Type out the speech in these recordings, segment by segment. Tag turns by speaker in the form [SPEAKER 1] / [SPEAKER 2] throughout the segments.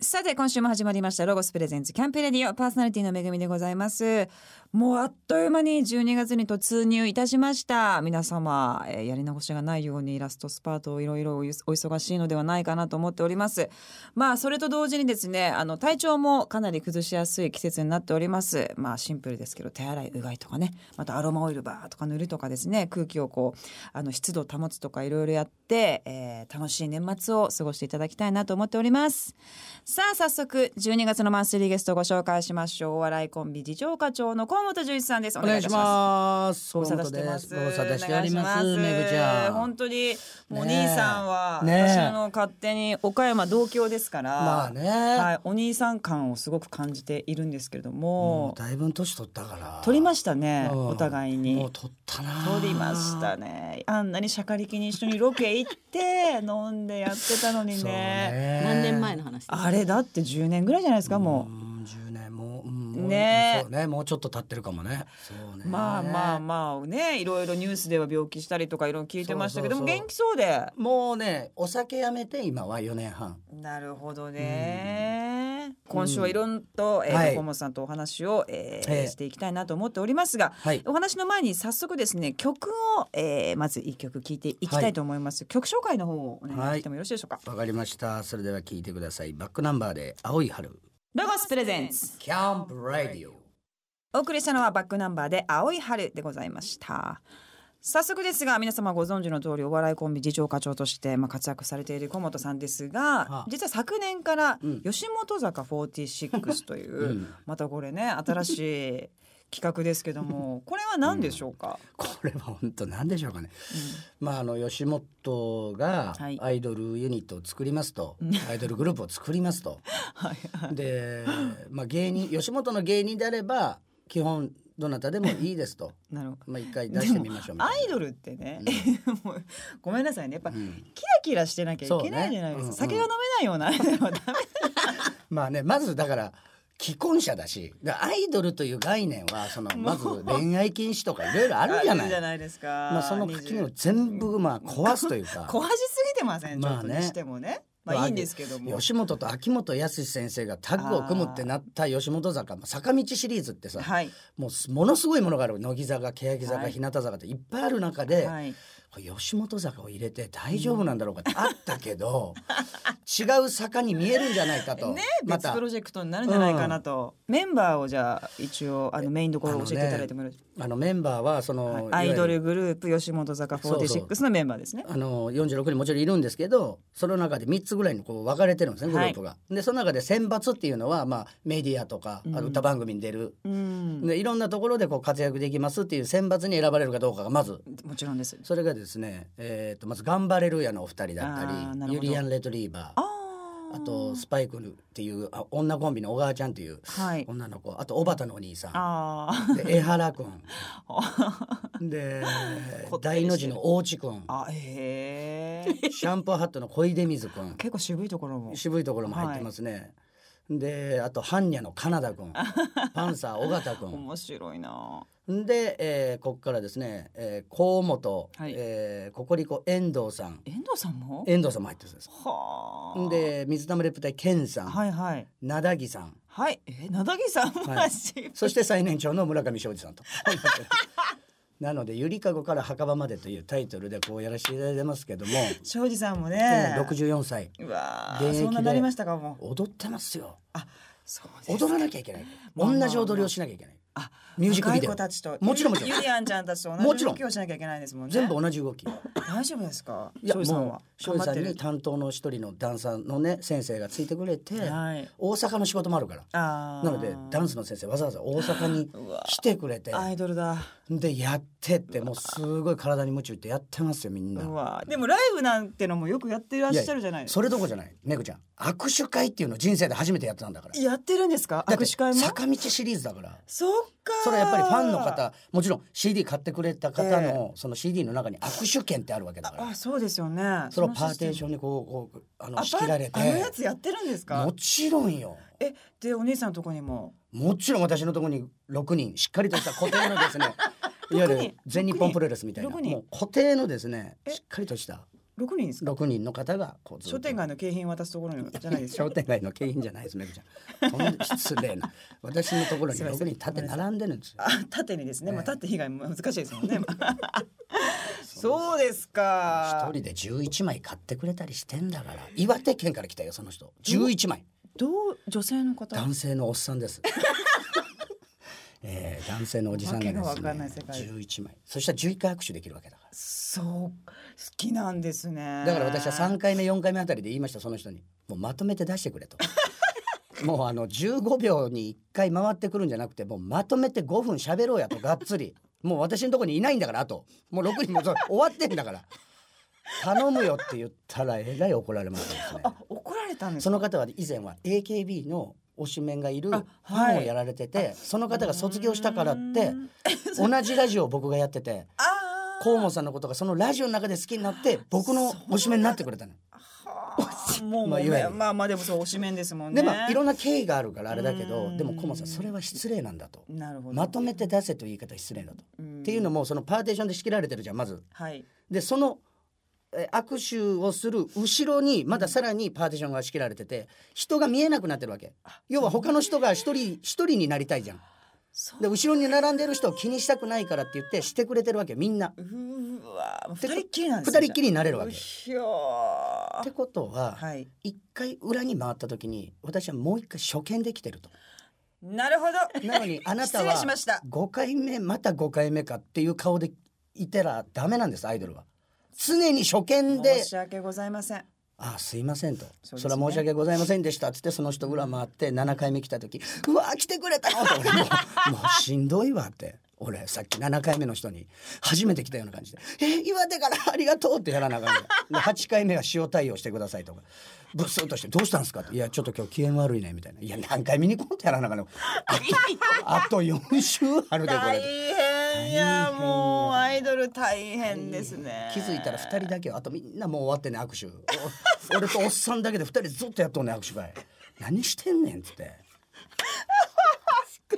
[SPEAKER 1] さて今週も始まりましたロゴスプレゼンツキャンペレディオパーソナリティの恵みでございますもうあっという間に12月に突入いたしました皆様、えーやり直しがないようにイラストスパートをいろいろお忙しいのではないかなと思っておりますまあそれと同時にですねあの体調もかなり崩しやすい季節になっておりますまあシンプルですけど手洗いうがいとかねまたアロマオイルバーとか塗るとかですね空気をこうあの湿度を保つとかいろいろやって、えー楽しい年末を過ごしていただきたいなと思っておりますさあ早速12月のマンスリーゲストをご紹介しましょうお笑いコンビ次長課長の河本純一さんです
[SPEAKER 2] お願いします。
[SPEAKER 1] ご無沙汰してます。
[SPEAKER 2] ご無沙汰しておりま
[SPEAKER 1] お
[SPEAKER 2] す。
[SPEAKER 1] 願いし
[SPEAKER 2] め
[SPEAKER 1] ま
[SPEAKER 2] ぐちゃ
[SPEAKER 1] 本
[SPEAKER 2] ん。
[SPEAKER 1] 当にもうお
[SPEAKER 2] ねえ
[SPEAKER 1] 兄さんは、
[SPEAKER 2] ねえ
[SPEAKER 1] 私の勝手に岡山同郷ですから、
[SPEAKER 2] まあね
[SPEAKER 1] はい、お兄さん感をすごく感じているんですけれど
[SPEAKER 2] も
[SPEAKER 1] も
[SPEAKER 2] う、だいぶ年取ったから。
[SPEAKER 1] 取りま
[SPEAKER 2] し
[SPEAKER 1] したね、お互い
[SPEAKER 2] も
[SPEAKER 1] に
[SPEAKER 2] う。取ったな。
[SPEAKER 1] 取りました。ね。あんなにしゃかりきに一緒にロケ行 って飲んでやってたのにね。
[SPEAKER 2] そうね。
[SPEAKER 3] 何年前の話
[SPEAKER 1] あれだって10年ぐらいじゃないですかもう。
[SPEAKER 2] うん10年もううんもう
[SPEAKER 1] ね
[SPEAKER 2] そうねもうちょっと経ってるかもね。そうね。
[SPEAKER 1] まあまあまあねいろいろニュースでは病気したりとかいろいろ聞いてましたけども
[SPEAKER 2] そうそうそう
[SPEAKER 1] 元気そうで
[SPEAKER 2] もうねお酒やめて今は4年半。
[SPEAKER 1] なるほどね。今週はいろんと、えー
[SPEAKER 2] はい
[SPEAKER 1] 河本さんとお話を、えー
[SPEAKER 2] ええ
[SPEAKER 1] していきたいなと思っておりますが、
[SPEAKER 2] はい
[SPEAKER 1] お話の前に早速ですね曲を、えーまず一曲聴いていきたいと思います、曲紹介の方をお願いしてもよろしいでしょうか、
[SPEAKER 2] わかりました。それでは聞いてください。バックナンバーで青い春。
[SPEAKER 1] ロゴスプレゼンツ
[SPEAKER 2] キャンプラディオ。
[SPEAKER 1] お送りしたのはバックナンバーで青い春でございました早速ですが皆様ご存知の通りお笑いコンビ次長課長としてまあ活躍されている小本さんですが、
[SPEAKER 2] あ
[SPEAKER 1] 実は昨年から
[SPEAKER 2] うん
[SPEAKER 1] 吉本坂46という、
[SPEAKER 2] ん
[SPEAKER 1] またこれね新しい企画ですけどもこれは何でしょうか、
[SPEAKER 2] これは本当なんでしょうかね。まあ、あの吉本が
[SPEAKER 1] はい
[SPEAKER 2] アイドルユニットを作りますと、アイドルグループを作りますと
[SPEAKER 1] はい
[SPEAKER 2] で、まあ、芸人吉本の芸人であれば基本どなたでもいいですと、
[SPEAKER 1] なるほ
[SPEAKER 2] まあ、一回
[SPEAKER 1] ど
[SPEAKER 2] 出してみましょ
[SPEAKER 1] で
[SPEAKER 2] うみ
[SPEAKER 1] も
[SPEAKER 2] た
[SPEAKER 1] ア
[SPEAKER 2] い
[SPEAKER 1] イドルってね、 もうごめんなさいねやっぱ、
[SPEAKER 2] な、うん
[SPEAKER 1] キラキラしてなきゃいけないじゃないですか、
[SPEAKER 2] そうね
[SPEAKER 1] 酒が飲めないようなアイドルはダメ
[SPEAKER 2] まあねまずだから既婚者だしだからアイドルという概念はそのまず恋愛禁止とかいろいろあるじゃない。
[SPEAKER 1] ですか、
[SPEAKER 2] まあ、その
[SPEAKER 1] 20
[SPEAKER 2] 垣根を全部まあ壊すというか。
[SPEAKER 1] 壊しすぎてません、
[SPEAKER 2] まあ
[SPEAKER 1] ちょっと
[SPEAKER 2] ね
[SPEAKER 1] にしてもねまあいいんですけども
[SPEAKER 2] 吉本と秋元康先生がタッグを組むってなった吉本坂まあ坂道シリーズってさ、
[SPEAKER 1] はい
[SPEAKER 2] もうすものすごいものがある乃木坂欅坂、
[SPEAKER 1] はい
[SPEAKER 2] 日向坂っていっぱいある中で、
[SPEAKER 1] はい
[SPEAKER 2] これ吉本坂を入れて大丈夫なんだろうか ってあったけど、違う坂に見えるんじゃないかと、
[SPEAKER 1] ね
[SPEAKER 2] ま
[SPEAKER 1] 別
[SPEAKER 2] た
[SPEAKER 1] プロジェクトになるんじゃないかなと、メンバーをじゃあ一応あのメインどころを教えていただいてもよろしい
[SPEAKER 2] あのメンバーはそ
[SPEAKER 1] はい
[SPEAKER 2] の、
[SPEAKER 1] ア
[SPEAKER 2] い
[SPEAKER 1] イ
[SPEAKER 2] わゆる
[SPEAKER 1] ドルグループ吉本坂
[SPEAKER 2] そう
[SPEAKER 1] 46のメンバーですね
[SPEAKER 2] あの46人もちろんいるんですけどその中で3つぐらいにこう分かれてるんですねグループが。でその中で選抜っていうのは、まあ、メディアとか、あの歌番組に出る、
[SPEAKER 1] うん
[SPEAKER 2] でいろんなところでこう活躍できますっていう選抜に選ばれるかどうかがまず
[SPEAKER 1] もちろんです
[SPEAKER 2] それがですね、えー、とまず「頑張れるや」のお二人だ
[SPEAKER 1] あー
[SPEAKER 2] った
[SPEAKER 1] な
[SPEAKER 2] り
[SPEAKER 1] る
[SPEAKER 2] ユ
[SPEAKER 1] ほど
[SPEAKER 2] リアン・レトリーバー
[SPEAKER 1] あ
[SPEAKER 2] あ
[SPEAKER 1] ー
[SPEAKER 2] とスパイクっていうあ女コンビの小川ちゃんっていう
[SPEAKER 1] はい
[SPEAKER 2] 女の子あと小畑のお兄さ
[SPEAKER 1] あ
[SPEAKER 2] んで江原君
[SPEAKER 1] ー
[SPEAKER 2] で
[SPEAKER 1] こってりして
[SPEAKER 2] 大
[SPEAKER 1] る
[SPEAKER 2] の字の大地君
[SPEAKER 1] あへ え
[SPEAKER 2] シャンプーハットの小出水君
[SPEAKER 1] 結構渋いところも
[SPEAKER 2] 渋いところも入ってますね。であとハンニャのカナ ダ君パンサー尾形君
[SPEAKER 1] 面白いな
[SPEAKER 2] で、えー、ここからですね、えー、河本、
[SPEAKER 1] はい
[SPEAKER 2] えーココリコ遠藤さん
[SPEAKER 1] 遠藤さんも
[SPEAKER 2] 遠藤さんも入ってるんです
[SPEAKER 1] はあ
[SPEAKER 2] で水溜りレプ隊健さん、
[SPEAKER 1] はいはい
[SPEAKER 2] なだぎさん
[SPEAKER 1] はいえなだぎさんも
[SPEAKER 2] はい
[SPEAKER 1] 渋い
[SPEAKER 2] そして最年長の村上庄司さんと なので「ゆりかごから墓場まで」というタイトルでこうやらせていただいてますけども、
[SPEAKER 1] 庄司さんも
[SPEAKER 2] え
[SPEAKER 1] ね
[SPEAKER 2] ー、。64歳
[SPEAKER 1] うわ
[SPEAKER 2] 現
[SPEAKER 1] ー
[SPEAKER 2] 役で
[SPEAKER 1] そんななりましたかもう。
[SPEAKER 2] 踊ってますよ
[SPEAKER 1] あ、そうです。
[SPEAKER 2] 踊らなきゃいけない
[SPEAKER 1] まあまあ
[SPEAKER 2] 同じ踊りをしなきゃいけない
[SPEAKER 1] あ、
[SPEAKER 2] ミュージックビデオ
[SPEAKER 1] 若い子たちと。
[SPEAKER 2] もちろんもちろん
[SPEAKER 1] ゆりやんちゃんたちと同
[SPEAKER 2] も
[SPEAKER 1] じ
[SPEAKER 2] ちろ
[SPEAKER 1] 動
[SPEAKER 2] ん
[SPEAKER 1] きをしなきゃいけないですもんね。
[SPEAKER 2] 全部同じ動き
[SPEAKER 1] 大丈夫ですか。
[SPEAKER 2] いや
[SPEAKER 1] 庄司さん
[SPEAKER 2] も
[SPEAKER 1] は。
[SPEAKER 2] う庄司さ
[SPEAKER 1] 頑
[SPEAKER 2] ん
[SPEAKER 1] 張
[SPEAKER 2] に
[SPEAKER 1] って
[SPEAKER 2] 担当の一人のダンサーのね先生がついてくれて、
[SPEAKER 1] るはい。
[SPEAKER 2] 大阪の仕事もあるから
[SPEAKER 1] あー
[SPEAKER 2] なのでダンスの先生わざわざ大阪に
[SPEAKER 1] うわ
[SPEAKER 2] 来てくれて
[SPEAKER 1] アイドルだ。
[SPEAKER 2] でやってってもうすごい体に夢中ってやってますよみんな
[SPEAKER 1] うわー。でもライブなんてのもよくやってらっしゃるじゃないですか。
[SPEAKER 2] それどころじゃないめぐちゃん握手会っていうの人生で初めてやってたんだから
[SPEAKER 1] やってるんですか。
[SPEAKER 2] だって
[SPEAKER 1] 握手会も。
[SPEAKER 2] 坂道シリーズだから
[SPEAKER 1] そっか。
[SPEAKER 2] それはやっぱりファンの。方もちろん CD 買ってくれた方のその CD の中に握手券ってあるわけだから
[SPEAKER 1] あ、そうですよね。
[SPEAKER 2] それをパーテーシ
[SPEAKER 1] ョン。
[SPEAKER 2] ョンにこうこうあの
[SPEAKER 1] あ、
[SPEAKER 2] 仕切られ
[SPEAKER 1] あの
[SPEAKER 2] て
[SPEAKER 1] やつやってるんですか
[SPEAKER 2] も。ちろんよ
[SPEAKER 1] え、で、お姉さんのとこにも。
[SPEAKER 2] もちろん私のところに6人しっかりとした固定 のですねい
[SPEAKER 1] 人
[SPEAKER 2] わゆる全日本プロレスみたいな
[SPEAKER 1] 六人
[SPEAKER 2] もう固定のですね
[SPEAKER 1] え
[SPEAKER 2] しっかりとした
[SPEAKER 1] 六人ですか。
[SPEAKER 2] 6人の方がこうずっと
[SPEAKER 1] 商店街の景品渡すところにじゃないです
[SPEAKER 2] 商
[SPEAKER 1] か。
[SPEAKER 2] 店街の景品じゃないですめぐちゃんとんで失礼な私のところに6人立って並んでるんですよ
[SPEAKER 1] あ縦にですね。まあ
[SPEAKER 2] ね
[SPEAKER 1] 縦以外も難しいですも んね。そうですか
[SPEAKER 2] 一。人で11枚買ってくれたりしてんだから岩手県から来たよその人11枚
[SPEAKER 1] どう女性の方。
[SPEAKER 2] 男性のおっさ んです。えー、男性のおじさんがで
[SPEAKER 1] わけがわかんない
[SPEAKER 2] す
[SPEAKER 1] 世
[SPEAKER 2] ね、
[SPEAKER 1] 界
[SPEAKER 2] 11枚そしたら11回握手できるわけだか
[SPEAKER 1] そう好きなんですね。
[SPEAKER 2] らだから私は3回目4回目あたりで言いましたその人にもうまとめて出してく れともうあの15秒に1回回ってくるんじゃなくてもうまとめて5分喋ろうやとがっつりもう私のとこにいないんだからあともう6人もそう終わってんだから頼むよって言ったらえらい怒られましたですね
[SPEAKER 1] あ怒られたんです
[SPEAKER 2] そ
[SPEAKER 1] か。
[SPEAKER 2] の方は以前は AKB の推しメンがいるフ
[SPEAKER 1] あ
[SPEAKER 2] ァンを
[SPEAKER 1] はい
[SPEAKER 2] やられてて、その方が卒業したからって
[SPEAKER 1] うーん。
[SPEAKER 2] 同じラジオを僕がやってて
[SPEAKER 1] ああ。
[SPEAKER 2] 河本さんのことがそのラジオの中で好きになって僕の推しメンになってくれたの。
[SPEAKER 1] はあもう
[SPEAKER 2] まあいわゆる
[SPEAKER 1] まあまあでもそう推しメンですもんね。
[SPEAKER 2] でまあいろんな経緯があるからあれだけ
[SPEAKER 1] う
[SPEAKER 2] ど
[SPEAKER 1] ん
[SPEAKER 2] でも河本さんそれは失礼なんだと。
[SPEAKER 1] なるほど。
[SPEAKER 2] まとめて出せという言い方は失礼だと。
[SPEAKER 1] ん
[SPEAKER 2] っていうのもそのパーテーションで仕切られてるじゃんまず。
[SPEAKER 1] はい。
[SPEAKER 2] でそのえ握手をする後ろにまださらにパーティションが仕切られてて人が見えなくなってるわけ要は他の人が一人一人になりたいじゃん
[SPEAKER 1] そう
[SPEAKER 2] で後ろに並んでる人を気にしたくないからって言ってしてくれてるわけみんなっ
[SPEAKER 1] うーわ
[SPEAKER 2] て
[SPEAKER 1] 二人っきりなんです
[SPEAKER 2] 二人っきりになれるわ
[SPEAKER 1] う
[SPEAKER 2] けっ
[SPEAKER 1] ひょー
[SPEAKER 2] てことは、
[SPEAKER 1] はい
[SPEAKER 2] 一回裏に回った時に私はもう一回初見できてると
[SPEAKER 1] なるほど
[SPEAKER 2] なのにあなた
[SPEAKER 1] 失礼しま
[SPEAKER 2] は
[SPEAKER 1] した
[SPEAKER 2] 5回目また5回目かっていう顔でいたらダメなんですアイドルは常に初見で
[SPEAKER 1] 申し訳ございません
[SPEAKER 2] ああすいませんと
[SPEAKER 1] そ
[SPEAKER 2] そ,、
[SPEAKER 1] うですね
[SPEAKER 2] れは申し訳ございませんでしたっつってその人裏回って7回目来た時「うわー来てくれた の!」と俺もうもうしんどいわって俺さっき7回目の人に初めて来たような感じで「え岩手からありがとう」ってやらなあかんので8回目は塩対応してくださいとかブスッとして「どうしたんですか?」って「いやちょっと今日機嫌悪いね」みたいな「いや何回見に来んとやらなあかんのあとあと4週あるでこ
[SPEAKER 1] 大
[SPEAKER 2] れ。
[SPEAKER 1] 変や
[SPEAKER 2] 大変や
[SPEAKER 1] もうアイドル大変ですね
[SPEAKER 2] 気づいたら2人だけよあとみんなもう終わってね握手お俺とおっさんだけで2人ずっとやっとんねん握手会何してんねんっつって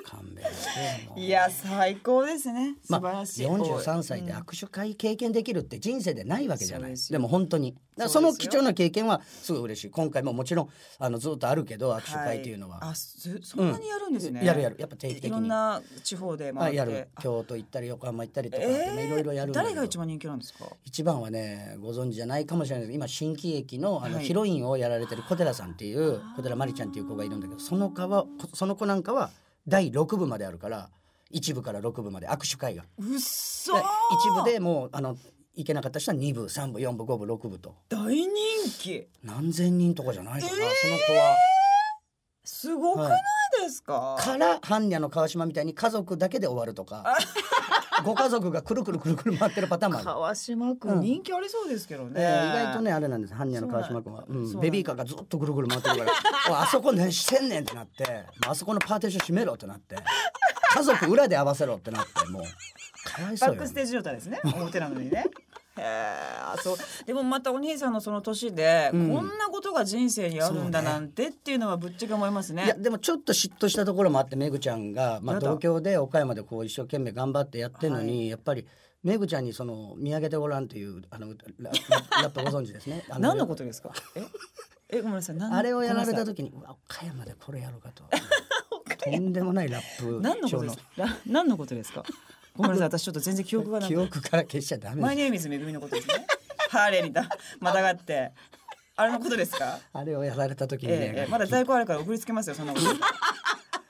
[SPEAKER 2] 勘弁してよもう
[SPEAKER 1] いや最高ですね素
[SPEAKER 2] ま
[SPEAKER 1] 晴
[SPEAKER 2] あ、
[SPEAKER 1] らしい、
[SPEAKER 2] 43歳で握手会経験できるって人生でないわけじゃ
[SPEAKER 1] そ
[SPEAKER 2] な
[SPEAKER 1] う
[SPEAKER 2] い、
[SPEAKER 1] で
[SPEAKER 2] です
[SPEAKER 1] よ
[SPEAKER 2] も本当にだから
[SPEAKER 1] そ
[SPEAKER 2] そう
[SPEAKER 1] で
[SPEAKER 2] の
[SPEAKER 1] すよ
[SPEAKER 2] 貴重な経験はすごい嬉しい今回ももちろんあのずっとあるけど握手会っていうのは、
[SPEAKER 1] あすそんなにやるんですね、
[SPEAKER 2] やるやるやっぱ定期的
[SPEAKER 1] いろん
[SPEAKER 2] に
[SPEAKER 1] な地方で
[SPEAKER 2] あ
[SPEAKER 1] 回って
[SPEAKER 2] やる京都行ったり横浜行ったりとかってね、
[SPEAKER 1] えー
[SPEAKER 2] いろいろやるんだけ
[SPEAKER 1] 誰
[SPEAKER 2] ど
[SPEAKER 1] が一番人気なんですか
[SPEAKER 2] 一番はねご存知じゃないかもしれないですけど今新喜劇のあの
[SPEAKER 1] はい
[SPEAKER 2] ヒロインをやられてる小寺さんっていう小寺まりちゃんっていう子がいるんだけどその子はその子なんかは第6部まであるから1部から6部まで握手会が
[SPEAKER 1] うっそー
[SPEAKER 2] 1部でもうあの行けなかった人は2部3部4部5部6部と
[SPEAKER 1] 大人気
[SPEAKER 2] 何千人とかじゃないかな、
[SPEAKER 1] えー
[SPEAKER 2] その子は。
[SPEAKER 1] すごくないですか、
[SPEAKER 2] から般若の川島みたいに家族だけで終わると かご家族がくるくるくるくる回ってるパターンもある。
[SPEAKER 1] 川島
[SPEAKER 2] う
[SPEAKER 1] 君
[SPEAKER 2] ん
[SPEAKER 1] 人気ありそうですけどね、
[SPEAKER 2] えー意外とねあれなんです般若の川島君は、
[SPEAKER 1] そう
[SPEAKER 2] う、
[SPEAKER 1] なんそうんなん
[SPEAKER 2] ベビーカーがずっとぐるぐる回ってるから 「おいあそこ何してんねん」ってなって「もうあそこのパーテーション閉めろ」ってなって家族裏で合わせろってなってもうかわいそ
[SPEAKER 1] バ
[SPEAKER 2] う
[SPEAKER 1] ッ
[SPEAKER 2] よ
[SPEAKER 1] クステージ状態ですね表なのにねへーそうでもまたお兄さんのその年で、
[SPEAKER 2] うん
[SPEAKER 1] こんなことが人生にあるんだなんてっていうのはぶっちゃけ思いますね
[SPEAKER 2] いやでもちょっと嫉妬したところもあってめぐちゃんが、ま
[SPEAKER 1] や
[SPEAKER 2] あ、
[SPEAKER 1] だ
[SPEAKER 2] 同郷で岡山でこう一生懸命頑張ってやってるのに、
[SPEAKER 1] は
[SPEAKER 2] やっぱりめぐちゃんにその「見上げてごらん」というあのラララップご存知です ね。あ
[SPEAKER 1] 何のことですかええごめんなさい何
[SPEAKER 2] あれをやられ
[SPEAKER 1] ごめ
[SPEAKER 2] た
[SPEAKER 1] んなさい
[SPEAKER 2] 時に「うわ岡山でこれやろう かと」とんでもないラップ
[SPEAKER 1] 何のことですから何のことですかごめんなさい私ちょっと全然記憶がな
[SPEAKER 2] 記
[SPEAKER 1] く
[SPEAKER 2] 憶から消しちゃダメです
[SPEAKER 1] マイネームズめぐみのことですねハーレーに だまたがってあれのことですか
[SPEAKER 2] あれをやられた時に
[SPEAKER 1] えええ
[SPEAKER 2] ね
[SPEAKER 1] え、まだ在庫あるから送りつけますよそんなこと。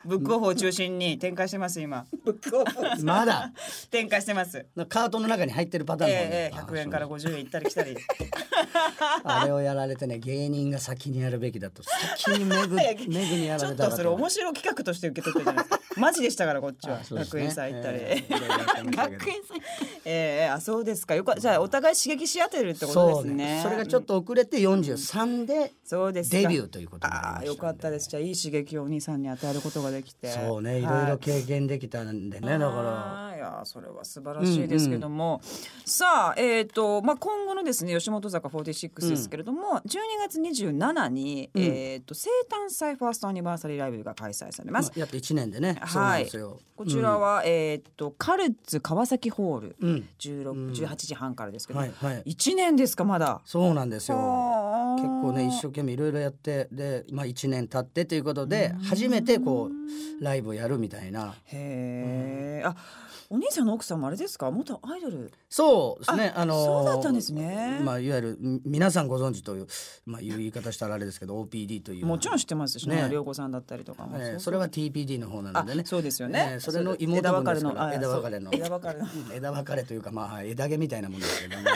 [SPEAKER 1] ブックオフを中心に展開してます今。ブックオフ
[SPEAKER 2] まだ
[SPEAKER 1] 展開してます。
[SPEAKER 2] カートの中に入ってるパターンもある
[SPEAKER 1] ええええ、100円から
[SPEAKER 2] あそう
[SPEAKER 1] 50円行ったり来たり。
[SPEAKER 2] あれをやられてね芸人が先にやるべきだと先にめ ぐめぐにや
[SPEAKER 1] ち
[SPEAKER 2] ら
[SPEAKER 1] ょっ
[SPEAKER 2] れた
[SPEAKER 1] と
[SPEAKER 2] ら
[SPEAKER 1] それ面白い企画として受け取ってるじゃないですか。マジでしたからこっちは。
[SPEAKER 2] あそうです
[SPEAKER 1] 学
[SPEAKER 2] ね
[SPEAKER 1] 園祭行ったり。
[SPEAKER 2] ええいろいろやってましたけど
[SPEAKER 1] 園祭。ええあそうですか。よかじゃあお互い刺激し合ってるってことですね。
[SPEAKER 2] それがちょっ
[SPEAKER 1] と
[SPEAKER 2] と遅れて43で
[SPEAKER 1] そうですか
[SPEAKER 2] デビューということになりました
[SPEAKER 1] あ
[SPEAKER 2] ん
[SPEAKER 1] あ
[SPEAKER 2] で
[SPEAKER 1] よかったです。じゃあいい刺激をお兄さんに与えることができて。
[SPEAKER 2] そうねい
[SPEAKER 1] は
[SPEAKER 2] ろいろ経験できたんでねだから
[SPEAKER 1] はいやーそれは素晴らしいですけども、さあえっ、とまあ今後のですね吉本坂46ですけれども、12月27に、
[SPEAKER 2] うん
[SPEAKER 1] えっ、と生誕祭ファーストアニバーサリーライブが開催されま
[SPEAKER 2] ますあ。、やって一年でね、そうなんですよ。
[SPEAKER 1] こちらは、えっ、とカルッツ川崎ホール
[SPEAKER 2] うん、うん、
[SPEAKER 1] 16 18時半からですけど、
[SPEAKER 2] はいはい。
[SPEAKER 1] 一1年ですかまだ。
[SPEAKER 2] そうなんですよ。
[SPEAKER 1] はあ
[SPEAKER 2] 結構ね一生懸命いろいろやってでまあ一年経ってということで初めてこうライブをやるみたいな。
[SPEAKER 1] へえ、あ、お兄さんの奥さんもあれですか、元アイドル。
[SPEAKER 2] そうですね。
[SPEAKER 1] あ
[SPEAKER 2] あのー
[SPEAKER 1] そうだったんですね
[SPEAKER 2] まあいわゆるみ皆さんご存知というまあいう言い方したらあれですけど OPD という。
[SPEAKER 1] もちろん知ってますしね、
[SPEAKER 2] ね
[SPEAKER 1] 良子さんだったりとかも。
[SPEAKER 2] えーそれは TPD の方な
[SPEAKER 1] あ
[SPEAKER 2] のでね。
[SPEAKER 1] そうですよね。
[SPEAKER 2] えーそれの
[SPEAKER 1] う枝
[SPEAKER 2] 妹
[SPEAKER 1] 分
[SPEAKER 2] 分
[SPEAKER 1] か
[SPEAKER 2] で
[SPEAKER 1] れ
[SPEAKER 2] すか
[SPEAKER 1] の、
[SPEAKER 2] ら
[SPEAKER 1] あ
[SPEAKER 2] 枝分かれの
[SPEAKER 1] そう枝分かれの。
[SPEAKER 2] うん枝分かれというかまあ枝毛みたいなもんですけ ども。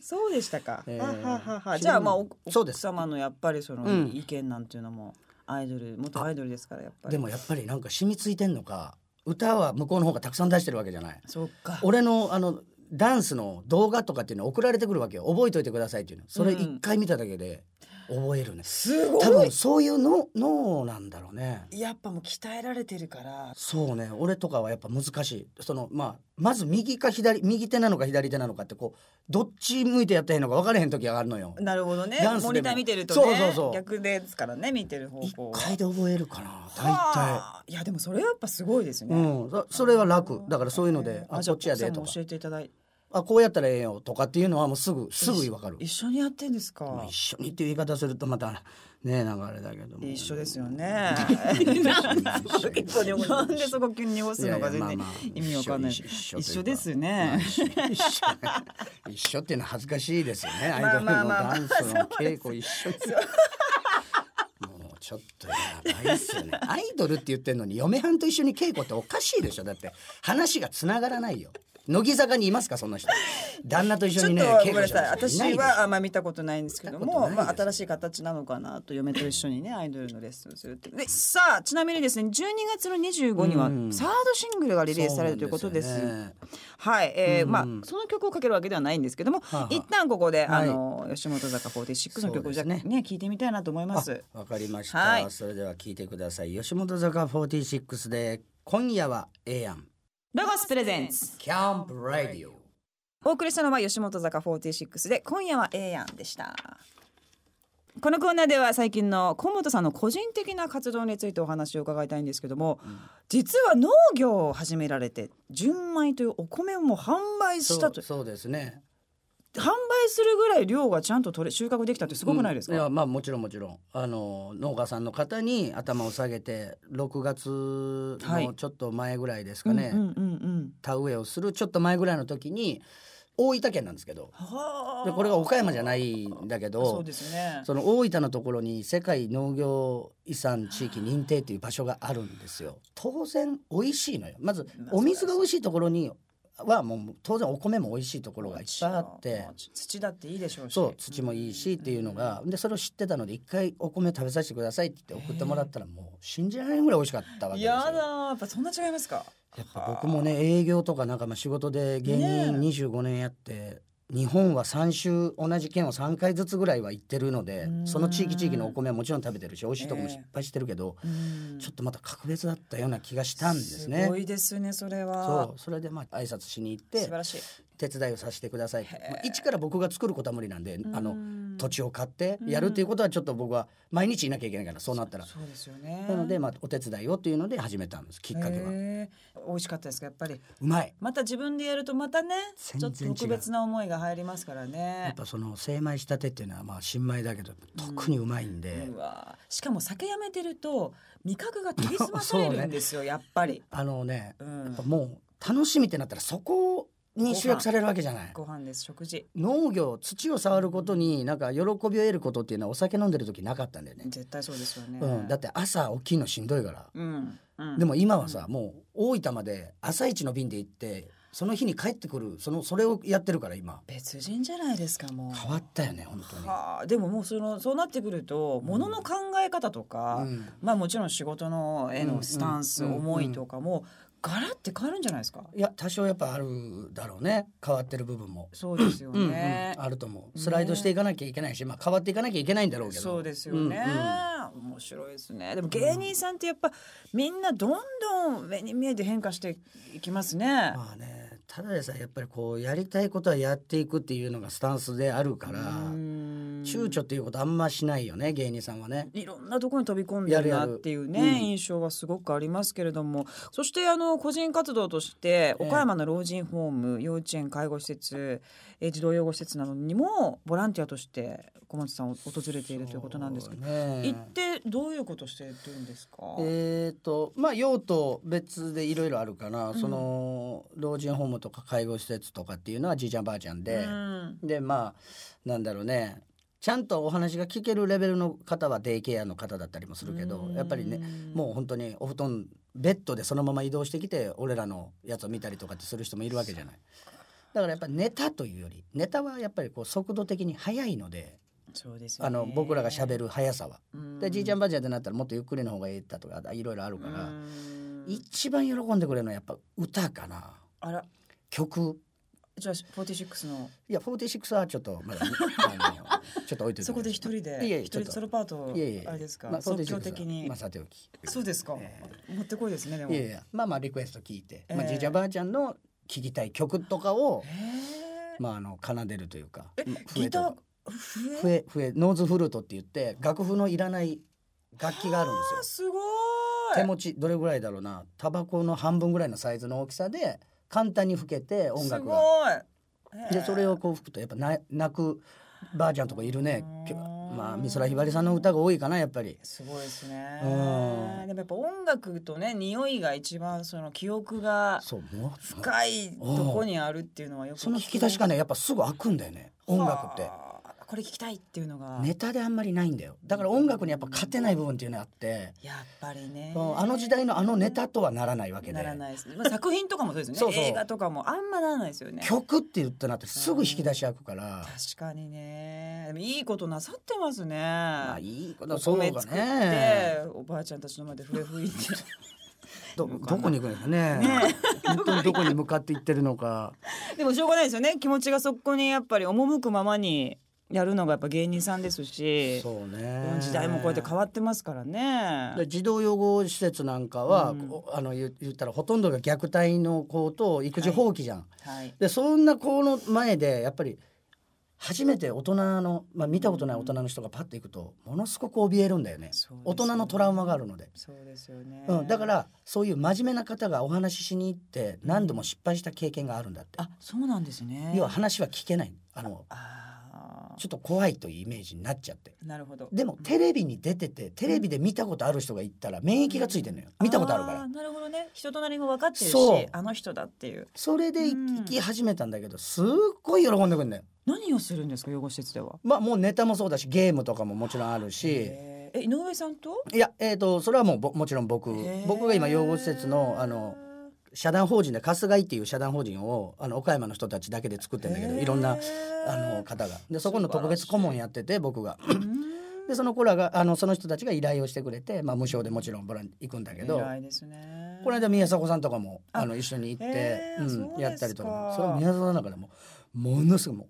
[SPEAKER 1] そうでしたか。
[SPEAKER 2] えー
[SPEAKER 1] はははは
[SPEAKER 2] それも
[SPEAKER 1] じゃあまあお
[SPEAKER 2] そう
[SPEAKER 1] 奥
[SPEAKER 2] です
[SPEAKER 1] 様のやっぱりその
[SPEAKER 2] うん
[SPEAKER 1] 意見なんていうのもアイドル元アイドルですからやっ
[SPEAKER 2] え
[SPEAKER 1] ぱ
[SPEAKER 2] ー
[SPEAKER 1] り。
[SPEAKER 2] でもやっぱりなんか染みついてんのか歌は向こうの方がたくさん出してるわけじゃない。
[SPEAKER 1] そうか。
[SPEAKER 2] 俺のあのダンスの動画とかっていうの送られてくるわけよ覚えといてくださいっていうのそれ一回見ただけで覚えるね、
[SPEAKER 1] す
[SPEAKER 2] 多
[SPEAKER 1] ごい
[SPEAKER 2] 分。そういうの脳なんだろうね
[SPEAKER 1] やっぱもう鍛えられてるから。
[SPEAKER 2] そうね俺とかはやっぱ難しいそのまあまず右か左右手なのか左手なのかってこうどっち向いてやったらいいのか分からへん時があるのよ
[SPEAKER 1] なるほどね
[SPEAKER 2] ダンスで。も
[SPEAKER 1] モニター見てるとね。
[SPEAKER 2] そうそうそう
[SPEAKER 1] 逆ですからね見てる方
[SPEAKER 2] 一
[SPEAKER 1] 向は。
[SPEAKER 2] 回で覚えるかな大
[SPEAKER 1] はあいやでもそれやっぱすごいです
[SPEAKER 2] 体
[SPEAKER 1] ね。
[SPEAKER 2] うんそそれは楽だからそういうのであ
[SPEAKER 1] じゃ
[SPEAKER 2] こっちやで
[SPEAKER 1] 奥さ
[SPEAKER 2] と
[SPEAKER 1] んも
[SPEAKER 2] か
[SPEAKER 1] 教えていただいて
[SPEAKER 2] あこうやったらええよとかっていうのはもうすぐすぐ分かる
[SPEAKER 1] 一緒にやってんですか。
[SPEAKER 2] まあ一緒にっていう言い方するとまたねなんかあれだけども
[SPEAKER 1] 一緒ですよ
[SPEAKER 2] ね
[SPEAKER 1] ね。なんでそこ急に濁すのか全然意味わかんない。一緒ですね。
[SPEAKER 2] 一緒一緒っていうのは恥ずかしいですよねアイ
[SPEAKER 1] ま
[SPEAKER 2] ド
[SPEAKER 1] あ
[SPEAKER 2] ルの
[SPEAKER 1] まあまあ
[SPEAKER 2] ダンスの稽古一緒もうちょっとやばいっすよねアイドルって言ってんのに嫁はんと一緒に稽古っておかしいでしょだって話がつながらないよ乃木坂にいますかそんな人旦那と
[SPEAKER 1] ち
[SPEAKER 2] 一緒
[SPEAKER 1] ょ
[SPEAKER 2] に
[SPEAKER 1] っ
[SPEAKER 2] ね
[SPEAKER 1] とご
[SPEAKER 2] 稽
[SPEAKER 1] めん
[SPEAKER 2] 古
[SPEAKER 1] な
[SPEAKER 2] し
[SPEAKER 1] さい。
[SPEAKER 2] た人いない
[SPEAKER 1] 私
[SPEAKER 2] でしょ
[SPEAKER 1] はあんま見たことないんですけど
[SPEAKER 2] 見たこと
[SPEAKER 1] も、
[SPEAKER 2] ない
[SPEAKER 1] まあ
[SPEAKER 2] です
[SPEAKER 1] 新しい形なのかなと嫁と一緒に ねアイドルのレッスンするって。でさあちなみにですね12月の25には
[SPEAKER 2] うん
[SPEAKER 1] サードシングルがリリースされるということです
[SPEAKER 2] そうなんよね
[SPEAKER 1] はい、えー
[SPEAKER 2] うん
[SPEAKER 1] まあその曲をかけるわけではないんですけども、
[SPEAKER 2] はあ
[SPEAKER 1] 一旦ここで、
[SPEAKER 2] はい
[SPEAKER 1] あの吉本坂46の曲をじゃあ
[SPEAKER 2] そうで
[SPEAKER 1] ね
[SPEAKER 2] す
[SPEAKER 1] 聞いてみたいなと思います。
[SPEAKER 2] あわかりました、
[SPEAKER 1] はい
[SPEAKER 2] それでは聞いてください吉本坂46で今夜はええやん
[SPEAKER 1] ロゴスプレゼンツ
[SPEAKER 2] キャンプラディオ
[SPEAKER 1] お送りしたのは吉本坂46で今夜はええやんでした。このコーナーでは最近の河本さんの個人的な活動についてお話を伺いたいんですけども、実は農業を始められて純米というお米をもう販売したと
[SPEAKER 2] そうそうですね
[SPEAKER 1] 販売するぐらい量がちゃんと取れ収穫できたってすごくないですか、
[SPEAKER 2] うんやまあもちろんもちろんあの農家さんの方に頭を下げて6月
[SPEAKER 1] はい
[SPEAKER 2] のちょっと前ぐらいですかね、
[SPEAKER 1] うんうんうんうん
[SPEAKER 2] 田植えをするちょっと前ぐらいの時に大分県なんですけど
[SPEAKER 1] はあ
[SPEAKER 2] でこれが岡山じゃないんだけど
[SPEAKER 1] そうですね
[SPEAKER 2] その大分のところに世界農業遺産地域認定という場所があるんですよ。当然美味しいのよ。まず
[SPEAKER 1] まあ
[SPEAKER 2] お水が美味しいところにはもう当然お米も美味しいところがいっぱいあって。
[SPEAKER 1] 土だっていいでしょうし
[SPEAKER 2] そう土もいいしっていうのがでそれを知ってたので一回お米食べさせてくださいって言って送ってもらったらもう信じられないぐらい美味しかったわけですよ。
[SPEAKER 1] やだやっぱそんな違いますか
[SPEAKER 2] やっぱ僕もね営業とかなんかまあ仕事で芸人25年やって日本は3周同じ県を3回ずつぐらいは行ってるので
[SPEAKER 1] うん
[SPEAKER 2] その地域地域のお米はもちろん食べてるし美味しいとこも失敗してるけど
[SPEAKER 1] うん
[SPEAKER 2] ちょっとまた格別だったような気がしたんです
[SPEAKER 1] す
[SPEAKER 2] ね
[SPEAKER 1] ご。いですねそれは
[SPEAKER 2] そうそれでまあ挨拶しに行っ
[SPEAKER 1] 素
[SPEAKER 2] て
[SPEAKER 1] 晴らしい
[SPEAKER 2] 手伝いをさせてくださいって、まあ、一から僕が作ることは無理なんであの土地を買ってやるっていうことはちょっと僕は毎日いなきゃいけないからそうなったら
[SPEAKER 1] そうですよね
[SPEAKER 2] なのでまあお手伝いをというので始めたんですきっかけは。う
[SPEAKER 1] へえ美味しかったですかやっぱり
[SPEAKER 2] まい
[SPEAKER 1] また自分でやるとまたね
[SPEAKER 2] 全
[SPEAKER 1] ちょ
[SPEAKER 2] 然
[SPEAKER 1] っと特別な思いが入りますから
[SPEAKER 2] やっ
[SPEAKER 1] ね
[SPEAKER 2] ぱその精米したてっていうのはまあ新米だけど特にうまいんで、
[SPEAKER 1] うわしかも酒やめてると味覚が研ぎ澄まされるん ですよ、やっぱり、
[SPEAKER 2] あのね、
[SPEAKER 1] うん
[SPEAKER 2] やっぱもう楽しみってなったらそこに集約されるわけじゃない。
[SPEAKER 1] ご飯です食事
[SPEAKER 2] 農業土を触ることになんか喜びを得ることっていうのはお酒飲んでる時なかったんだよね。
[SPEAKER 1] 絶対そうですよね、
[SPEAKER 2] うん、だって朝起きるのしんどいから。
[SPEAKER 1] うんうん
[SPEAKER 2] でも今はさ、もう大分まで朝一の便で行ってその日に帰ってくるそのそれをやってるから今
[SPEAKER 1] 別人じゃないですかもう
[SPEAKER 2] 変わったよね本当に。
[SPEAKER 1] はあでももうそのそうなってくるとものの考え方とか、
[SPEAKER 2] うん
[SPEAKER 1] まあもちろん仕事のへのスタンス、
[SPEAKER 2] うんうん
[SPEAKER 1] 思いとかもガラって変わるんじゃないですか
[SPEAKER 2] いや多少やっぱあるだろうね変わってる部分も、
[SPEAKER 1] そうですよ
[SPEAKER 2] うんうん
[SPEAKER 1] ね、
[SPEAKER 2] あると思うスライドしていかなきゃいけないし、まあ、変わっていかなきゃいけないんだろうけど
[SPEAKER 1] そうですよね、面白いですねでも芸人さんってやっぱみんなどんどん目に見えて変化していきますね、
[SPEAKER 2] まあねただでさえやっぱりこうやりたいことはやっていくっていうのがスタンスであるから
[SPEAKER 1] うん
[SPEAKER 2] 躊躇っていうことあんましないよね芸人さんはね。
[SPEAKER 1] いろんなところに飛び込んでるなっていうね
[SPEAKER 2] やるやるうん
[SPEAKER 1] 印象はすごくありますけれどもそしてあの個人活動として
[SPEAKER 2] え
[SPEAKER 1] 岡山の老人ホーム幼稚園介護施設えー児童養護施設などにもボランティアとして小松さんを訪れているということなんですけど、
[SPEAKER 2] そうね
[SPEAKER 1] 行ってどういうことしてるんですか、
[SPEAKER 2] えーとまあ用途別でいろいろあるから、
[SPEAKER 1] うん
[SPEAKER 2] その老人ホームとか介護施設とかっていうのはじいちゃんばあちゃんで、
[SPEAKER 1] うん
[SPEAKER 2] でまあなんだろうねちゃんとお話が聞けるレベルの方はデイケアの方だったりもするけどやっぱりねもう本当にお布団ベッドでそのまま移動してきて俺らのやつを見たりとかってする人もいるわけじゃないだからやっぱりネタというよりネタはやっぱりこう速度的に速いので
[SPEAKER 1] そうですよね
[SPEAKER 2] あの僕らがしゃべる速さは。
[SPEAKER 1] うん
[SPEAKER 2] でじいちゃんばあちゃんってなったらもっとゆっくりの方がいいだとかいろいろあるか
[SPEAKER 1] う
[SPEAKER 2] ら
[SPEAKER 1] ん
[SPEAKER 2] 一番喜んでくれるのはやっぱ歌かな
[SPEAKER 1] あら
[SPEAKER 2] 曲
[SPEAKER 1] じゃあ46の
[SPEAKER 2] いや46はちょっと まだあのちょっと置いといて
[SPEAKER 1] そこで一人で
[SPEAKER 2] いやいや
[SPEAKER 1] 一人
[SPEAKER 2] ちょっと
[SPEAKER 1] ソロパートを
[SPEAKER 2] いやいやいや
[SPEAKER 1] あれですか、
[SPEAKER 2] まあ
[SPEAKER 1] 即
[SPEAKER 2] 46
[SPEAKER 1] 興
[SPEAKER 2] は
[SPEAKER 1] 的に、
[SPEAKER 2] まあさておき
[SPEAKER 1] そうですか、
[SPEAKER 2] え
[SPEAKER 1] 持ってこいですねでも
[SPEAKER 2] いやいやまあまあリクエスト聞いて、ま
[SPEAKER 1] え
[SPEAKER 2] あ、
[SPEAKER 1] え
[SPEAKER 2] じいちゃんばあちゃんの聞きたい曲とかを、
[SPEAKER 1] へー
[SPEAKER 2] まあ、あの奏でるというかまあ笛
[SPEAKER 1] ギタ
[SPEAKER 2] と
[SPEAKER 1] ー
[SPEAKER 2] か
[SPEAKER 1] 笛
[SPEAKER 2] 笛笛ノーズフルートって言って楽譜のいらない楽器があるん
[SPEAKER 1] あ
[SPEAKER 2] です
[SPEAKER 1] す
[SPEAKER 2] よ。
[SPEAKER 1] ご
[SPEAKER 2] 手
[SPEAKER 1] い
[SPEAKER 2] 持ちどれぐらいだろうなタバコの半分ぐらいのサイズの大きさで簡単に吹けて音楽が。
[SPEAKER 1] すごい
[SPEAKER 2] でそれをこう吹くとやっぱな泣くばあちゃんとかいるね
[SPEAKER 1] うん
[SPEAKER 2] きょまあ美空ひばりさんの歌が多いかなやっぱり。
[SPEAKER 1] すごいですね
[SPEAKER 2] うん
[SPEAKER 1] でもやっぱ音楽とね匂いが一番その記憶が
[SPEAKER 2] そうもう
[SPEAKER 1] 深いとこにあるっていうのはよく
[SPEAKER 2] その引き出しがねやっぱすぐ開くんだよね音楽って。
[SPEAKER 1] はあこれ聞きたいっていうのが、
[SPEAKER 2] ネタであんまりないんだよだから音楽にやっぱ勝てない部分っていうのがあって、
[SPEAKER 1] やっぱりね
[SPEAKER 2] うんあの時代のあのネタとはならないわけで
[SPEAKER 1] ならないです、まあ、作品とかもそうですよね
[SPEAKER 2] そうそう
[SPEAKER 1] 映画とかもあんまならないですよね
[SPEAKER 2] 曲って言ってなってすぐ引き出し開くから、
[SPEAKER 1] 確かにねでもいいことなさってますね、
[SPEAKER 2] まあいいこと
[SPEAKER 1] お
[SPEAKER 2] そう
[SPEAKER 1] 米
[SPEAKER 2] か
[SPEAKER 1] 作って、
[SPEAKER 2] ね
[SPEAKER 1] おばあちゃんたちの前で笛吹いて
[SPEAKER 2] どどこに行くんですかね
[SPEAKER 1] ね
[SPEAKER 2] 本当にどこに向かって行ってるの か
[SPEAKER 1] でもしょうがないですよね気持ちがそこにやっぱり赴くままにやるのがやっぱ芸人さんですし
[SPEAKER 2] そうね
[SPEAKER 1] 時代もこうやって変わってますから
[SPEAKER 2] で
[SPEAKER 1] ね。
[SPEAKER 2] 児童養護施設なんかは、
[SPEAKER 1] うん
[SPEAKER 2] こうあの言言ったらほとんどが虐待の子と育児放棄じゃん、
[SPEAKER 1] はい、
[SPEAKER 2] でそんな子の前でやっぱり初めて大人の、まあ、見たことない大人の人がパッと行くとものすごく怯えるんだよね
[SPEAKER 1] そうですよね
[SPEAKER 2] 大人のトラウマがあるので、
[SPEAKER 1] そうですよね、
[SPEAKER 2] うん、だからそういう真面目な方がお話ししに行って何度も失敗した経験があるんだって、
[SPEAKER 1] あそうなんですね
[SPEAKER 2] 要は話は聞けないあの
[SPEAKER 1] あ
[SPEAKER 2] ちょっと怖いというイメージになっちゃって
[SPEAKER 1] ーなるほど
[SPEAKER 2] でもテレビに出ててテレビで見たことある人が行ったら免疫がついてるのよ見たことあるから
[SPEAKER 1] ーなるほどね人となりも分かってるし
[SPEAKER 2] そう
[SPEAKER 1] あの人だっていう
[SPEAKER 2] それで
[SPEAKER 1] うん
[SPEAKER 2] 行き始めたんだけどすっごい喜んでくるんだよ
[SPEAKER 1] 何をするんですか養護施設では
[SPEAKER 2] まあもうネタもそうだしゲームとかももちろんあるし
[SPEAKER 1] へーえ井上さんと
[SPEAKER 2] いや、えー、とそれはもうぼもちろん僕
[SPEAKER 1] へー
[SPEAKER 2] 僕が今養護施設のあの社団法人で春日井っていう社団法人をあの岡山の人たちだけで作ってるんだけど
[SPEAKER 1] へー
[SPEAKER 2] いろんなあの方がでそこの特別顧問やってて僕が
[SPEAKER 1] うん
[SPEAKER 2] でその子らがあのその人たちが依頼をしてくれて、まあ、無償でもちろんボラン行くんだけど
[SPEAKER 1] 偉いですね
[SPEAKER 2] この間宮迫さんとかも
[SPEAKER 1] あ
[SPEAKER 2] あの一緒に行って
[SPEAKER 1] へ、ーそうです
[SPEAKER 2] う
[SPEAKER 1] か
[SPEAKER 2] ん、やったりとかそれは宮迫さんの中でもものすごいも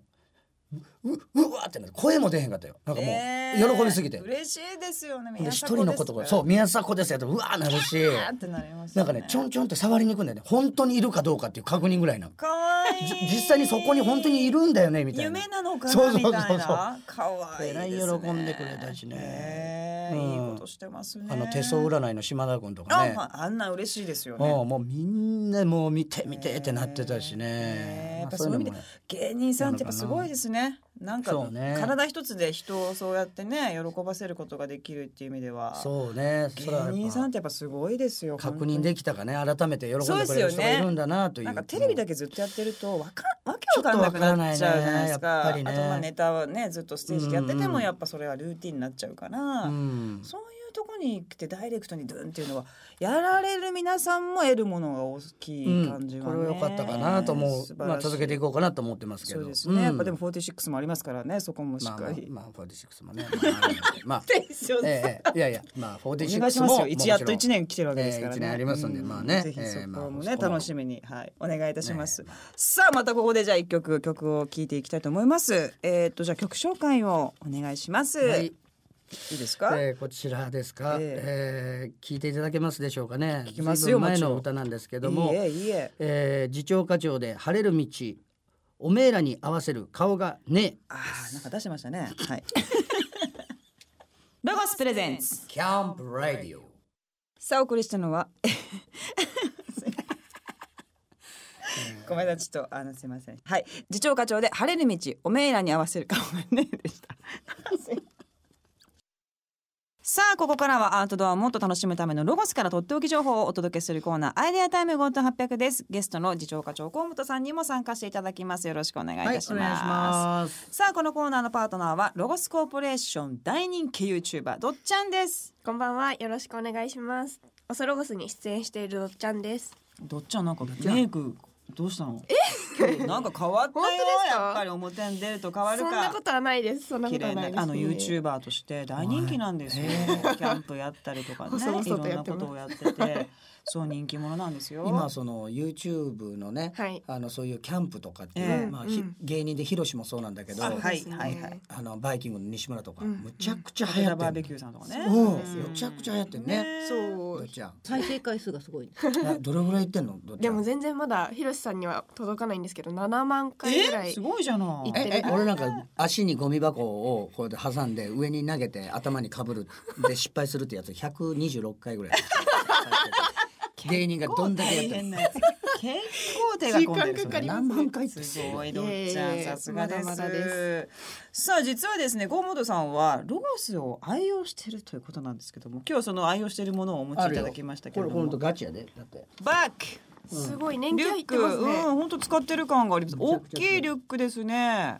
[SPEAKER 2] ううううわーってなって声も出へんかったよなんかもう、
[SPEAKER 1] えー
[SPEAKER 2] 喜びすぎて。
[SPEAKER 1] 嬉しいですよね
[SPEAKER 2] で
[SPEAKER 1] 宮迫
[SPEAKER 2] 一人のことがそう宮迫ですやったらうわーなるし
[SPEAKER 1] あーってなります
[SPEAKER 2] な
[SPEAKER 1] よ
[SPEAKER 2] んかねちょんちょんって触りに行くんだよね本当にいるかどうかっていう確認ぐらいな
[SPEAKER 1] かわいい
[SPEAKER 2] じ実際にそこに本当にいるんだよねみたいな
[SPEAKER 1] 夢なのか
[SPEAKER 2] そう
[SPEAKER 1] な
[SPEAKER 2] そう
[SPEAKER 1] み
[SPEAKER 2] そ
[SPEAKER 1] た
[SPEAKER 2] うそう
[SPEAKER 1] いなかわいいですね
[SPEAKER 2] えらい喜んでくれたしね
[SPEAKER 1] ねえ
[SPEAKER 2] うん
[SPEAKER 1] いいことしてますね
[SPEAKER 2] あの手相占いの島田君とか
[SPEAKER 1] あ
[SPEAKER 2] ね
[SPEAKER 1] まああんな嬉しいですよね
[SPEAKER 2] うんもうみんなもう見て見てってなってたし
[SPEAKER 1] ねえ
[SPEAKER 2] ね
[SPEAKER 1] やっ
[SPEAKER 2] ま
[SPEAKER 1] ぱ
[SPEAKER 2] あ
[SPEAKER 1] そういう意味で
[SPEAKER 2] もね
[SPEAKER 1] 芸人さんってやっぱすごいですねなんか
[SPEAKER 2] そうね
[SPEAKER 1] 体一つで人をそうやってね喜ばせることができるっていう意味では
[SPEAKER 2] そうねそれはや
[SPEAKER 1] 芸
[SPEAKER 2] っぱ
[SPEAKER 1] 人さんってやっぱすごいですよ
[SPEAKER 2] 確認できたかね改めて喜んでくれる人がいるんだなという
[SPEAKER 1] なんかテレビだ
[SPEAKER 2] け
[SPEAKER 1] けずっとやってるとわかわけわかんなくなっちゃうじゃないですか
[SPEAKER 2] ちょっとわからないねやっぱりね
[SPEAKER 1] あとまあネタはねずっとステージでやってて
[SPEAKER 2] うんう
[SPEAKER 1] も
[SPEAKER 2] ん
[SPEAKER 1] やっぱそれはルーティンになっちゃうから、
[SPEAKER 2] うん
[SPEAKER 1] そういういうとこに来てダイレクトにドゥンっていうのはやられる皆さんも得るものが大きい感じはね、
[SPEAKER 2] これは良かったかなと思
[SPEAKER 1] 素晴
[SPEAKER 2] う、
[SPEAKER 1] らし
[SPEAKER 2] まあ、続けていこうかなと思ってますけど
[SPEAKER 1] そうですね、やっぱでも
[SPEAKER 2] うん
[SPEAKER 1] 46もありますからねそこもしっ
[SPEAKER 2] まあ
[SPEAKER 1] かり、
[SPEAKER 2] まあ、まあ、46もね、まああるんで、まあ
[SPEAKER 1] ですよね
[SPEAKER 2] ええいやいやまあ46も
[SPEAKER 1] お願いしますよ。一やっと一
[SPEAKER 2] 年
[SPEAKER 1] 年来てるわけですからね。
[SPEAKER 2] ええ一年ありますんでまあね
[SPEAKER 1] ぜひそこもね、
[SPEAKER 2] ええまあそこも
[SPEAKER 1] 楽しみにはいお願いいたします。
[SPEAKER 2] ね
[SPEAKER 1] さあまたここでじゃあ一曲曲を聞いていきたいと思います。えっ、とじゃあ曲紹介をお願いします。、
[SPEAKER 2] はい
[SPEAKER 1] い
[SPEAKER 2] い、
[SPEAKER 1] ですか？
[SPEAKER 2] えーこちらですか、えー聞いていただけますでしょうかね
[SPEAKER 1] 聞きますよ
[SPEAKER 2] 随分前
[SPEAKER 1] もちろ
[SPEAKER 2] の
[SPEAKER 1] ん
[SPEAKER 2] 歌なんですけ
[SPEAKER 1] い
[SPEAKER 2] ども
[SPEAKER 1] いえいいえ。
[SPEAKER 2] えー、次長課長で晴れる道おめえらに合わせる顔がね
[SPEAKER 1] ああなんか出してましたね。 はい。 ロゴスプレゼンツ。
[SPEAKER 2] キャンプラディオ
[SPEAKER 1] さあお送りしたのは。ごめんなさいちょっとあのすいませんはい次長課長で晴れる道おめえらに合わせる顔がねでした さあここからはアートドアをもっと楽しむためのロゴスからとっておき情報をお届けするコーナーアイデアタイムゴート800ですゲストの次長課長河本さんにも参加していただきますよろしくお願いいたします、
[SPEAKER 2] す
[SPEAKER 1] さあこのコーナーのパートナーはロゴスコーポレーション大人気 YouTuber どっちゃんです
[SPEAKER 3] こんばんは。よろしくお願いします。オソロゴスに出演しているどっちゃんです。
[SPEAKER 1] どっちゃんなんか
[SPEAKER 2] ゃん
[SPEAKER 1] メイクどうしたのえなんか変わったよ
[SPEAKER 3] 本当ですか
[SPEAKER 1] やっぱり表に出ると変わる
[SPEAKER 3] そ
[SPEAKER 1] か
[SPEAKER 3] んなことはないです。そんなこ
[SPEAKER 1] 綺
[SPEAKER 3] と
[SPEAKER 1] 麗
[SPEAKER 3] はな
[SPEAKER 1] な
[SPEAKER 3] いです。
[SPEAKER 1] あのユーチューバーとして大人気なんですよ。キャンプやったりとかね、
[SPEAKER 3] 細々
[SPEAKER 1] いろ
[SPEAKER 3] と
[SPEAKER 1] ん
[SPEAKER 3] や
[SPEAKER 1] な
[SPEAKER 3] って
[SPEAKER 1] こ
[SPEAKER 3] ます
[SPEAKER 1] とをやってて、そう人気者なんですよ。
[SPEAKER 2] 今その YouTube のね、
[SPEAKER 3] はい
[SPEAKER 2] あのそういうキャンプとかっていう、
[SPEAKER 1] ええ
[SPEAKER 2] まあひ
[SPEAKER 3] うん
[SPEAKER 2] 芸人でヒロシもそうなんだけど
[SPEAKER 1] あ
[SPEAKER 2] あ,、
[SPEAKER 3] そう
[SPEAKER 1] はい
[SPEAKER 3] ですね
[SPEAKER 1] はいはい。
[SPEAKER 2] のバイキングの西村とか、
[SPEAKER 3] うん
[SPEAKER 2] むちゃくちゃ流
[SPEAKER 1] ペ
[SPEAKER 2] 行
[SPEAKER 1] ラ
[SPEAKER 2] って
[SPEAKER 1] バー
[SPEAKER 2] る、
[SPEAKER 1] ベキューさんとかね。
[SPEAKER 2] うん
[SPEAKER 3] ですよ
[SPEAKER 2] むちゃくちゃ流行ってるね
[SPEAKER 1] ね
[SPEAKER 3] そ
[SPEAKER 2] どっ
[SPEAKER 3] う。
[SPEAKER 2] ちゃん
[SPEAKER 4] 再生回数がすごいです。
[SPEAKER 2] えどれぐらい行ってんのどっち
[SPEAKER 3] で
[SPEAKER 2] ゃん
[SPEAKER 3] も全然まだひろしさんには届かないんですけど、7万回ぐら
[SPEAKER 1] え、
[SPEAKER 3] い
[SPEAKER 1] す。ごいじゃな
[SPEAKER 3] 行っ
[SPEAKER 1] い。
[SPEAKER 3] て
[SPEAKER 2] え
[SPEAKER 3] る
[SPEAKER 2] え俺なんか足にゴミ箱をこうやって挟んで上に投げて頭にかぶるで失敗するってやつ126回ぐらい 芸人がどんだけやって
[SPEAKER 1] 大変
[SPEAKER 2] る
[SPEAKER 1] なやつ結構手が込んでる。
[SPEAKER 3] 時間かかります
[SPEAKER 2] 何万回って
[SPEAKER 1] すごいどっちゃん
[SPEAKER 3] いえいえ
[SPEAKER 1] さすがです,、
[SPEAKER 3] まだまだで
[SPEAKER 1] さあ実はですね河本さんはロゴスを愛用しているということなんですけども今日その愛用しているものをお持ちいただきましたけ
[SPEAKER 2] こ
[SPEAKER 1] れ
[SPEAKER 2] れ
[SPEAKER 1] ど
[SPEAKER 2] 本
[SPEAKER 1] も
[SPEAKER 2] 当ガチやでだって
[SPEAKER 1] バック
[SPEAKER 3] すごい年
[SPEAKER 1] リ
[SPEAKER 3] 季
[SPEAKER 1] ュ
[SPEAKER 3] 入っ
[SPEAKER 1] ッ
[SPEAKER 3] て
[SPEAKER 1] ク、
[SPEAKER 3] ますね。
[SPEAKER 1] うん、本当使ってる感があります。
[SPEAKER 2] めち
[SPEAKER 1] 大
[SPEAKER 2] ゃくちゃ
[SPEAKER 1] きいリュックですね。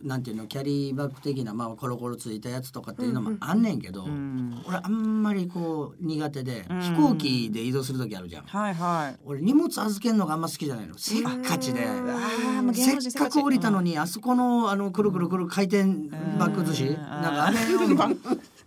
[SPEAKER 2] なんていうのキャリーバッグ的な、まあ、コロコロついたやつとかっていうのもあんねんけど、
[SPEAKER 1] うん、
[SPEAKER 2] 俺あんまりこう苦手で、
[SPEAKER 1] うん
[SPEAKER 2] 飛行機で移動する時あるじゃん
[SPEAKER 1] はいはい。俺
[SPEAKER 2] 俺荷物預けるのがあんま好きじゃないのせっかちで
[SPEAKER 1] あーもう芸能人
[SPEAKER 2] せっかく降りたのに、あそこのあのくるくるくる回転バック寿司、
[SPEAKER 1] うん
[SPEAKER 2] なん かあれを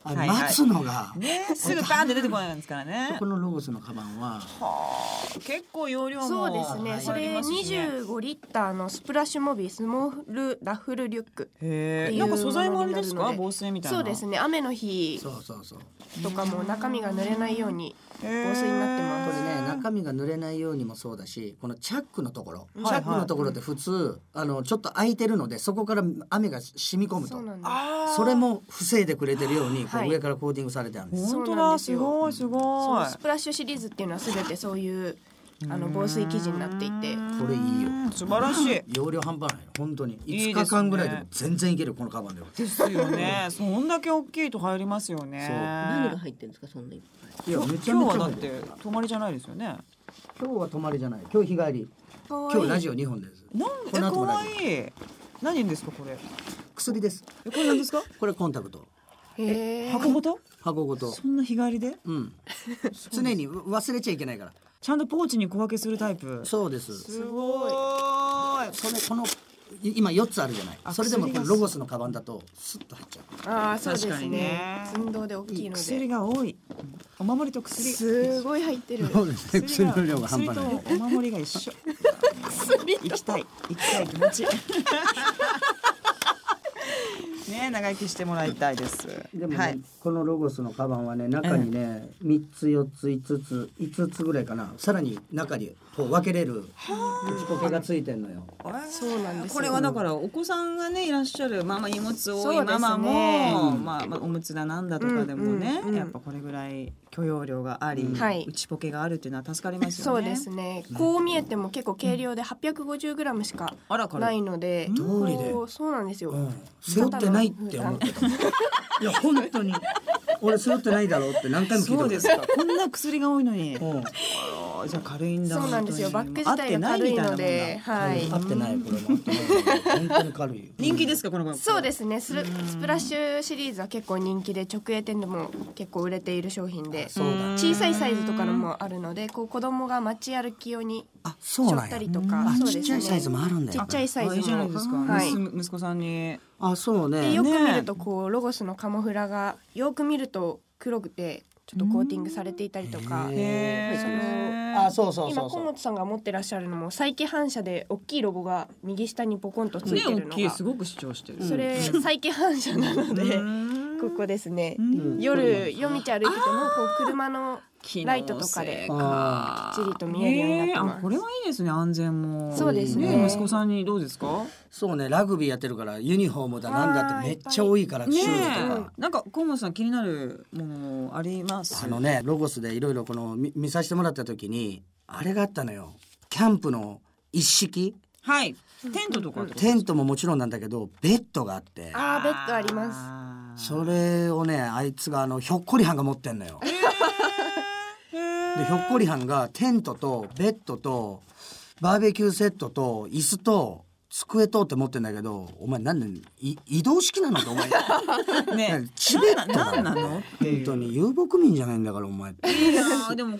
[SPEAKER 2] あれ
[SPEAKER 1] はいはい
[SPEAKER 2] 待つのが、
[SPEAKER 1] ね、すぐパーンって出てこないんですからね
[SPEAKER 2] そこ。のロゴスのカバンは
[SPEAKER 1] はあ、結構容量も。
[SPEAKER 3] そうです
[SPEAKER 2] は
[SPEAKER 3] ね。
[SPEAKER 2] い
[SPEAKER 3] こ
[SPEAKER 1] あ
[SPEAKER 3] れ
[SPEAKER 1] りますしね
[SPEAKER 3] 25リッターのスプラッシュモビースモールラッフルリュック。
[SPEAKER 1] へ
[SPEAKER 3] って
[SPEAKER 1] え、
[SPEAKER 3] いう
[SPEAKER 1] なんか素材もあれです
[SPEAKER 3] もの
[SPEAKER 1] か、
[SPEAKER 3] になるので
[SPEAKER 1] 防水みたいな。
[SPEAKER 3] そうですね。雨の日
[SPEAKER 2] そうそうそうこ
[SPEAKER 3] とかも中身が濡れないように
[SPEAKER 1] へ
[SPEAKER 3] 防
[SPEAKER 1] え。
[SPEAKER 3] 水になってます。
[SPEAKER 2] れね中身が濡れないようにもそうだしこのチャックのところ、
[SPEAKER 1] はい
[SPEAKER 2] チャックのところって普通あのちょっと開いてるのでそこから雨が染み込む
[SPEAKER 3] そ
[SPEAKER 2] と
[SPEAKER 3] うなんです。
[SPEAKER 1] ああ、
[SPEAKER 2] それ。も防いでくれてるように、こう
[SPEAKER 3] はい
[SPEAKER 2] 上からコーティングされてあるんです、
[SPEAKER 1] 本当
[SPEAKER 3] そうなん
[SPEAKER 1] だ、
[SPEAKER 3] です
[SPEAKER 1] す
[SPEAKER 3] よ
[SPEAKER 1] ごいす
[SPEAKER 3] そ
[SPEAKER 1] ご
[SPEAKER 3] の
[SPEAKER 1] い
[SPEAKER 3] ス。プラッシュシリーズっていうのは全てそういうあの防水生地になっていて
[SPEAKER 2] これいいよ
[SPEAKER 1] うん素晴らし い。
[SPEAKER 2] 容量半端ないの本当に
[SPEAKER 1] いいで
[SPEAKER 2] 5
[SPEAKER 1] すね
[SPEAKER 2] 日間ぐらいでも全然いけるよこのカバンでは
[SPEAKER 1] ですよね。 そんだけ大きいと入りますよね。
[SPEAKER 2] そう
[SPEAKER 4] 何が入ってるんですか、そんないっぱい。
[SPEAKER 2] いやめちゃ
[SPEAKER 1] 今
[SPEAKER 2] め
[SPEAKER 1] 日はだ
[SPEAKER 2] ちゃ
[SPEAKER 1] っ
[SPEAKER 2] 入って
[SPEAKER 1] て
[SPEAKER 2] る
[SPEAKER 1] 泊まりじゃないですよね。
[SPEAKER 2] 今日は泊まりじゃない今日日帰り
[SPEAKER 3] 可
[SPEAKER 2] 今日ラ
[SPEAKER 3] 愛い
[SPEAKER 2] ジオ2本です
[SPEAKER 1] なんえ
[SPEAKER 2] この後も
[SPEAKER 1] 可
[SPEAKER 2] ラジオ
[SPEAKER 1] 愛い。何言うんですかこれ。
[SPEAKER 2] 薬です
[SPEAKER 1] えこれなんですか。
[SPEAKER 2] これコンタクト
[SPEAKER 3] へー
[SPEAKER 1] 箱ごと。
[SPEAKER 2] 箱ごと
[SPEAKER 1] そんな日帰りで。
[SPEAKER 2] うん常に忘れちゃいけないから
[SPEAKER 1] ちゃんとポーチに小分けするタイプ。
[SPEAKER 2] そうです
[SPEAKER 1] すごい。
[SPEAKER 2] それこのい今4つあるじゃない
[SPEAKER 1] あ
[SPEAKER 2] それでも
[SPEAKER 1] 薬
[SPEAKER 2] こ
[SPEAKER 1] が
[SPEAKER 2] のロゴスのカバンだとスッと入っちゃう
[SPEAKER 3] ああそうです
[SPEAKER 1] 確かにね
[SPEAKER 3] ね寸胴で大きいの
[SPEAKER 1] 薬
[SPEAKER 3] で
[SPEAKER 1] が多い。お守りと薬。
[SPEAKER 3] すごい入ってる
[SPEAKER 2] うです
[SPEAKER 1] 薬とお守りが一緒。
[SPEAKER 3] 薬
[SPEAKER 1] 行きたい行きたい気持ち。 ねえ長生きしてもらいたいです。
[SPEAKER 2] でもね、
[SPEAKER 1] はい。
[SPEAKER 2] このロゴスのカバンはね中にね、三3つ4つ5つ5つぐらいかなさらに中にこう分けれる打ちこけがついてんのよ。
[SPEAKER 3] そうなんですよ
[SPEAKER 1] これはだからお子さんがねいらっしゃるまあまあ荷物多いママも、
[SPEAKER 2] で
[SPEAKER 3] そう
[SPEAKER 2] すね
[SPEAKER 1] まあ、まあおむつだなんだとかでもね、
[SPEAKER 3] うんうんうん
[SPEAKER 1] やっぱこれぐらい許容量があり、
[SPEAKER 2] うん
[SPEAKER 3] はい
[SPEAKER 1] 内ポケがあるっていうのは助かります
[SPEAKER 3] そ
[SPEAKER 1] よ
[SPEAKER 3] う
[SPEAKER 1] ね。
[SPEAKER 3] ですねこう見えても結構軽量で 850g しか
[SPEAKER 1] あらか
[SPEAKER 3] ないので
[SPEAKER 2] どうりで
[SPEAKER 3] こうそうなんですよ、
[SPEAKER 2] うん、背負ってないって思ってた。いや本当に俺背負ってないだろうって何回も聞い
[SPEAKER 1] そ
[SPEAKER 2] た
[SPEAKER 1] う
[SPEAKER 2] こと
[SPEAKER 1] で
[SPEAKER 2] ある
[SPEAKER 1] すか。こんな薬が多いのに。
[SPEAKER 2] うん
[SPEAKER 1] あじゃあ軽いんだ
[SPEAKER 3] そうなんですよバ
[SPEAKER 1] 本
[SPEAKER 3] ッ
[SPEAKER 1] 当
[SPEAKER 3] グ
[SPEAKER 1] に
[SPEAKER 3] 自体が軽いので
[SPEAKER 1] 合ってないみたいなもんだ
[SPEAKER 2] 合ってな
[SPEAKER 3] はい
[SPEAKER 2] いこれも合ってない本当に軽い
[SPEAKER 1] 人気ですかこの子
[SPEAKER 3] そうですねスルスプラッシュシリーズは結構人気で直営店でも結構売れている商品で
[SPEAKER 2] そうだ
[SPEAKER 3] 小さいサイズとかのもあるのでこう子供が街歩き用に
[SPEAKER 2] あそ
[SPEAKER 3] し
[SPEAKER 2] う
[SPEAKER 3] ょ
[SPEAKER 2] なん
[SPEAKER 3] った
[SPEAKER 2] や
[SPEAKER 3] りとか
[SPEAKER 2] あ
[SPEAKER 3] そう
[SPEAKER 2] ちっ
[SPEAKER 3] です
[SPEAKER 2] ちゃ
[SPEAKER 3] ね
[SPEAKER 2] いサイズもあるんだ
[SPEAKER 3] ち
[SPEAKER 2] よ
[SPEAKER 3] っちゃいサイ
[SPEAKER 1] あ
[SPEAKER 3] ズ
[SPEAKER 1] いいじゃないですか、
[SPEAKER 3] もはい
[SPEAKER 1] 娘息子さんに
[SPEAKER 2] あそう
[SPEAKER 3] で
[SPEAKER 2] ね
[SPEAKER 3] よく見
[SPEAKER 1] ね
[SPEAKER 3] るとこうロゴスのカモフラがよく見ると黒くてちょっとコーティングされていたりとか
[SPEAKER 2] へえ
[SPEAKER 1] へー
[SPEAKER 2] あそうそうそ
[SPEAKER 3] 今
[SPEAKER 2] うそ
[SPEAKER 3] 河
[SPEAKER 2] う
[SPEAKER 3] 本さんが持ってらっしゃるのも再起反射で大きいロゴが右下にポコンとつい
[SPEAKER 1] ね
[SPEAKER 3] てる
[SPEAKER 1] 大
[SPEAKER 3] の
[SPEAKER 1] きい
[SPEAKER 3] が
[SPEAKER 1] すごく主張してる、
[SPEAKER 3] それ再起反射なので
[SPEAKER 1] うん
[SPEAKER 3] ここですね
[SPEAKER 1] うん
[SPEAKER 3] 夜夜道歩いててもこう車のライトとかで
[SPEAKER 1] 機能性か
[SPEAKER 3] きっちりと見えるようになってま
[SPEAKER 1] え
[SPEAKER 3] す
[SPEAKER 1] ーあこれはいいですね安全も
[SPEAKER 3] そうですね
[SPEAKER 1] 息子さんにどうですか
[SPEAKER 2] そうねラグビーやってるからユニフォームだなんだってめっちゃ多いから
[SPEAKER 1] ね
[SPEAKER 2] シューズとか
[SPEAKER 1] えなんか河本さん気になるものあります
[SPEAKER 2] あのねロゴスでいろいろこの見見させてもらった時にあれがあったのよキャンプの一式
[SPEAKER 1] はいテントとかってことですか
[SPEAKER 2] テントももちろんなんだけどベッドがあって
[SPEAKER 3] あーベッドあります
[SPEAKER 1] ます
[SPEAKER 2] それをねあいつがあのひょっこりはんが持ってんのよ。でひょっこりはんがテントとベッドとバーベキューセットと椅子と机とって持ってんだけどお前なんでい移動式なのってお 前
[SPEAKER 1] ね
[SPEAKER 2] チベットだ
[SPEAKER 1] なんなのってい
[SPEAKER 2] 本
[SPEAKER 1] う
[SPEAKER 2] 当に遊牧民じゃないんだからお前って
[SPEAKER 1] いやーでも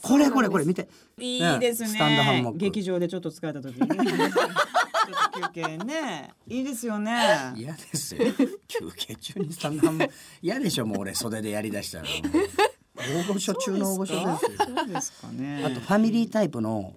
[SPEAKER 2] これこれこれ見て
[SPEAKER 1] いいですね。
[SPEAKER 2] スタンドハンモック
[SPEAKER 1] 劇場でちょっと疲れた時に、ね、ちょっと休憩ね。いいですよね。
[SPEAKER 2] 嫌ですよ休憩中にスタンドハンも嫌でしょもう俺袖でやりだしたらもう大御所中の大御所ですよ
[SPEAKER 1] そうですかね。
[SPEAKER 2] あとファミリータイプの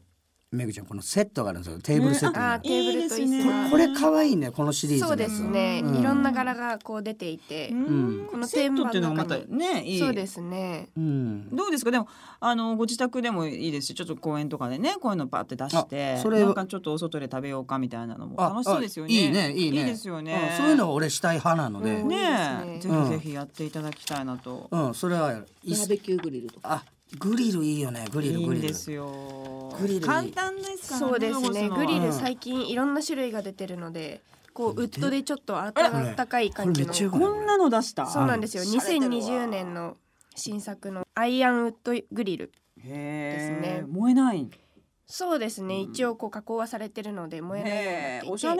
[SPEAKER 2] めぐちゃんこのセットがあるんですよテーブルセットみたいな
[SPEAKER 3] あーテーブルと
[SPEAKER 1] いいです
[SPEAKER 3] 椅子
[SPEAKER 1] ね
[SPEAKER 3] が
[SPEAKER 2] これ可愛いねこのシリーズの
[SPEAKER 3] そう
[SPEAKER 2] やつ
[SPEAKER 3] ですねいろんな柄がこう出ていて
[SPEAKER 1] うん
[SPEAKER 3] この
[SPEAKER 1] セ
[SPEAKER 3] 天
[SPEAKER 1] ッ
[SPEAKER 3] 板
[SPEAKER 1] ト
[SPEAKER 3] の中に
[SPEAKER 1] っていうのがまたね、いい。
[SPEAKER 3] そうですね
[SPEAKER 2] うん
[SPEAKER 1] どうですかでもあのご自宅でもいいですしちょっと公園とかでねこういうのパって出して
[SPEAKER 2] あそれ
[SPEAKER 1] なんかちょっとお外で食べようかみたいなのも
[SPEAKER 2] あ
[SPEAKER 1] 楽しそうですよね
[SPEAKER 2] あいいねいいね
[SPEAKER 1] いいですよね
[SPEAKER 2] うんそういうのは俺したい派なので
[SPEAKER 3] うんいい
[SPEAKER 1] ね
[SPEAKER 3] です
[SPEAKER 1] ぜ
[SPEAKER 3] ね
[SPEAKER 1] ひぜひやっていただきたいなと、
[SPEAKER 2] うんそれはやるい
[SPEAKER 4] バーベキューグリルとか。
[SPEAKER 2] あグリルいいよねグリル
[SPEAKER 1] いい
[SPEAKER 2] グ
[SPEAKER 1] ん
[SPEAKER 2] リル
[SPEAKER 1] ですよ
[SPEAKER 2] グリルいい
[SPEAKER 1] 簡単ですからね
[SPEAKER 3] そうですねグリ
[SPEAKER 2] う
[SPEAKER 3] ル
[SPEAKER 2] ん
[SPEAKER 3] 最近いろんな種類が出てるのでこうウッドでちょっとあ
[SPEAKER 2] これ
[SPEAKER 3] たかい
[SPEAKER 2] こ
[SPEAKER 3] 感
[SPEAKER 2] れめ
[SPEAKER 3] じ
[SPEAKER 2] っちゃよ
[SPEAKER 3] の
[SPEAKER 2] くない
[SPEAKER 1] こんなの出した
[SPEAKER 3] そうなんですよ
[SPEAKER 2] あ洒落てるわ
[SPEAKER 3] 2020年の新作のアイアンウッドグリル
[SPEAKER 1] へ
[SPEAKER 3] です
[SPEAKER 1] え
[SPEAKER 3] ね
[SPEAKER 1] 燃えない
[SPEAKER 3] そうですね一応こう加工はされてるので燃えないようになっ
[SPEAKER 1] ねえ
[SPEAKER 3] ていて
[SPEAKER 1] おしゃ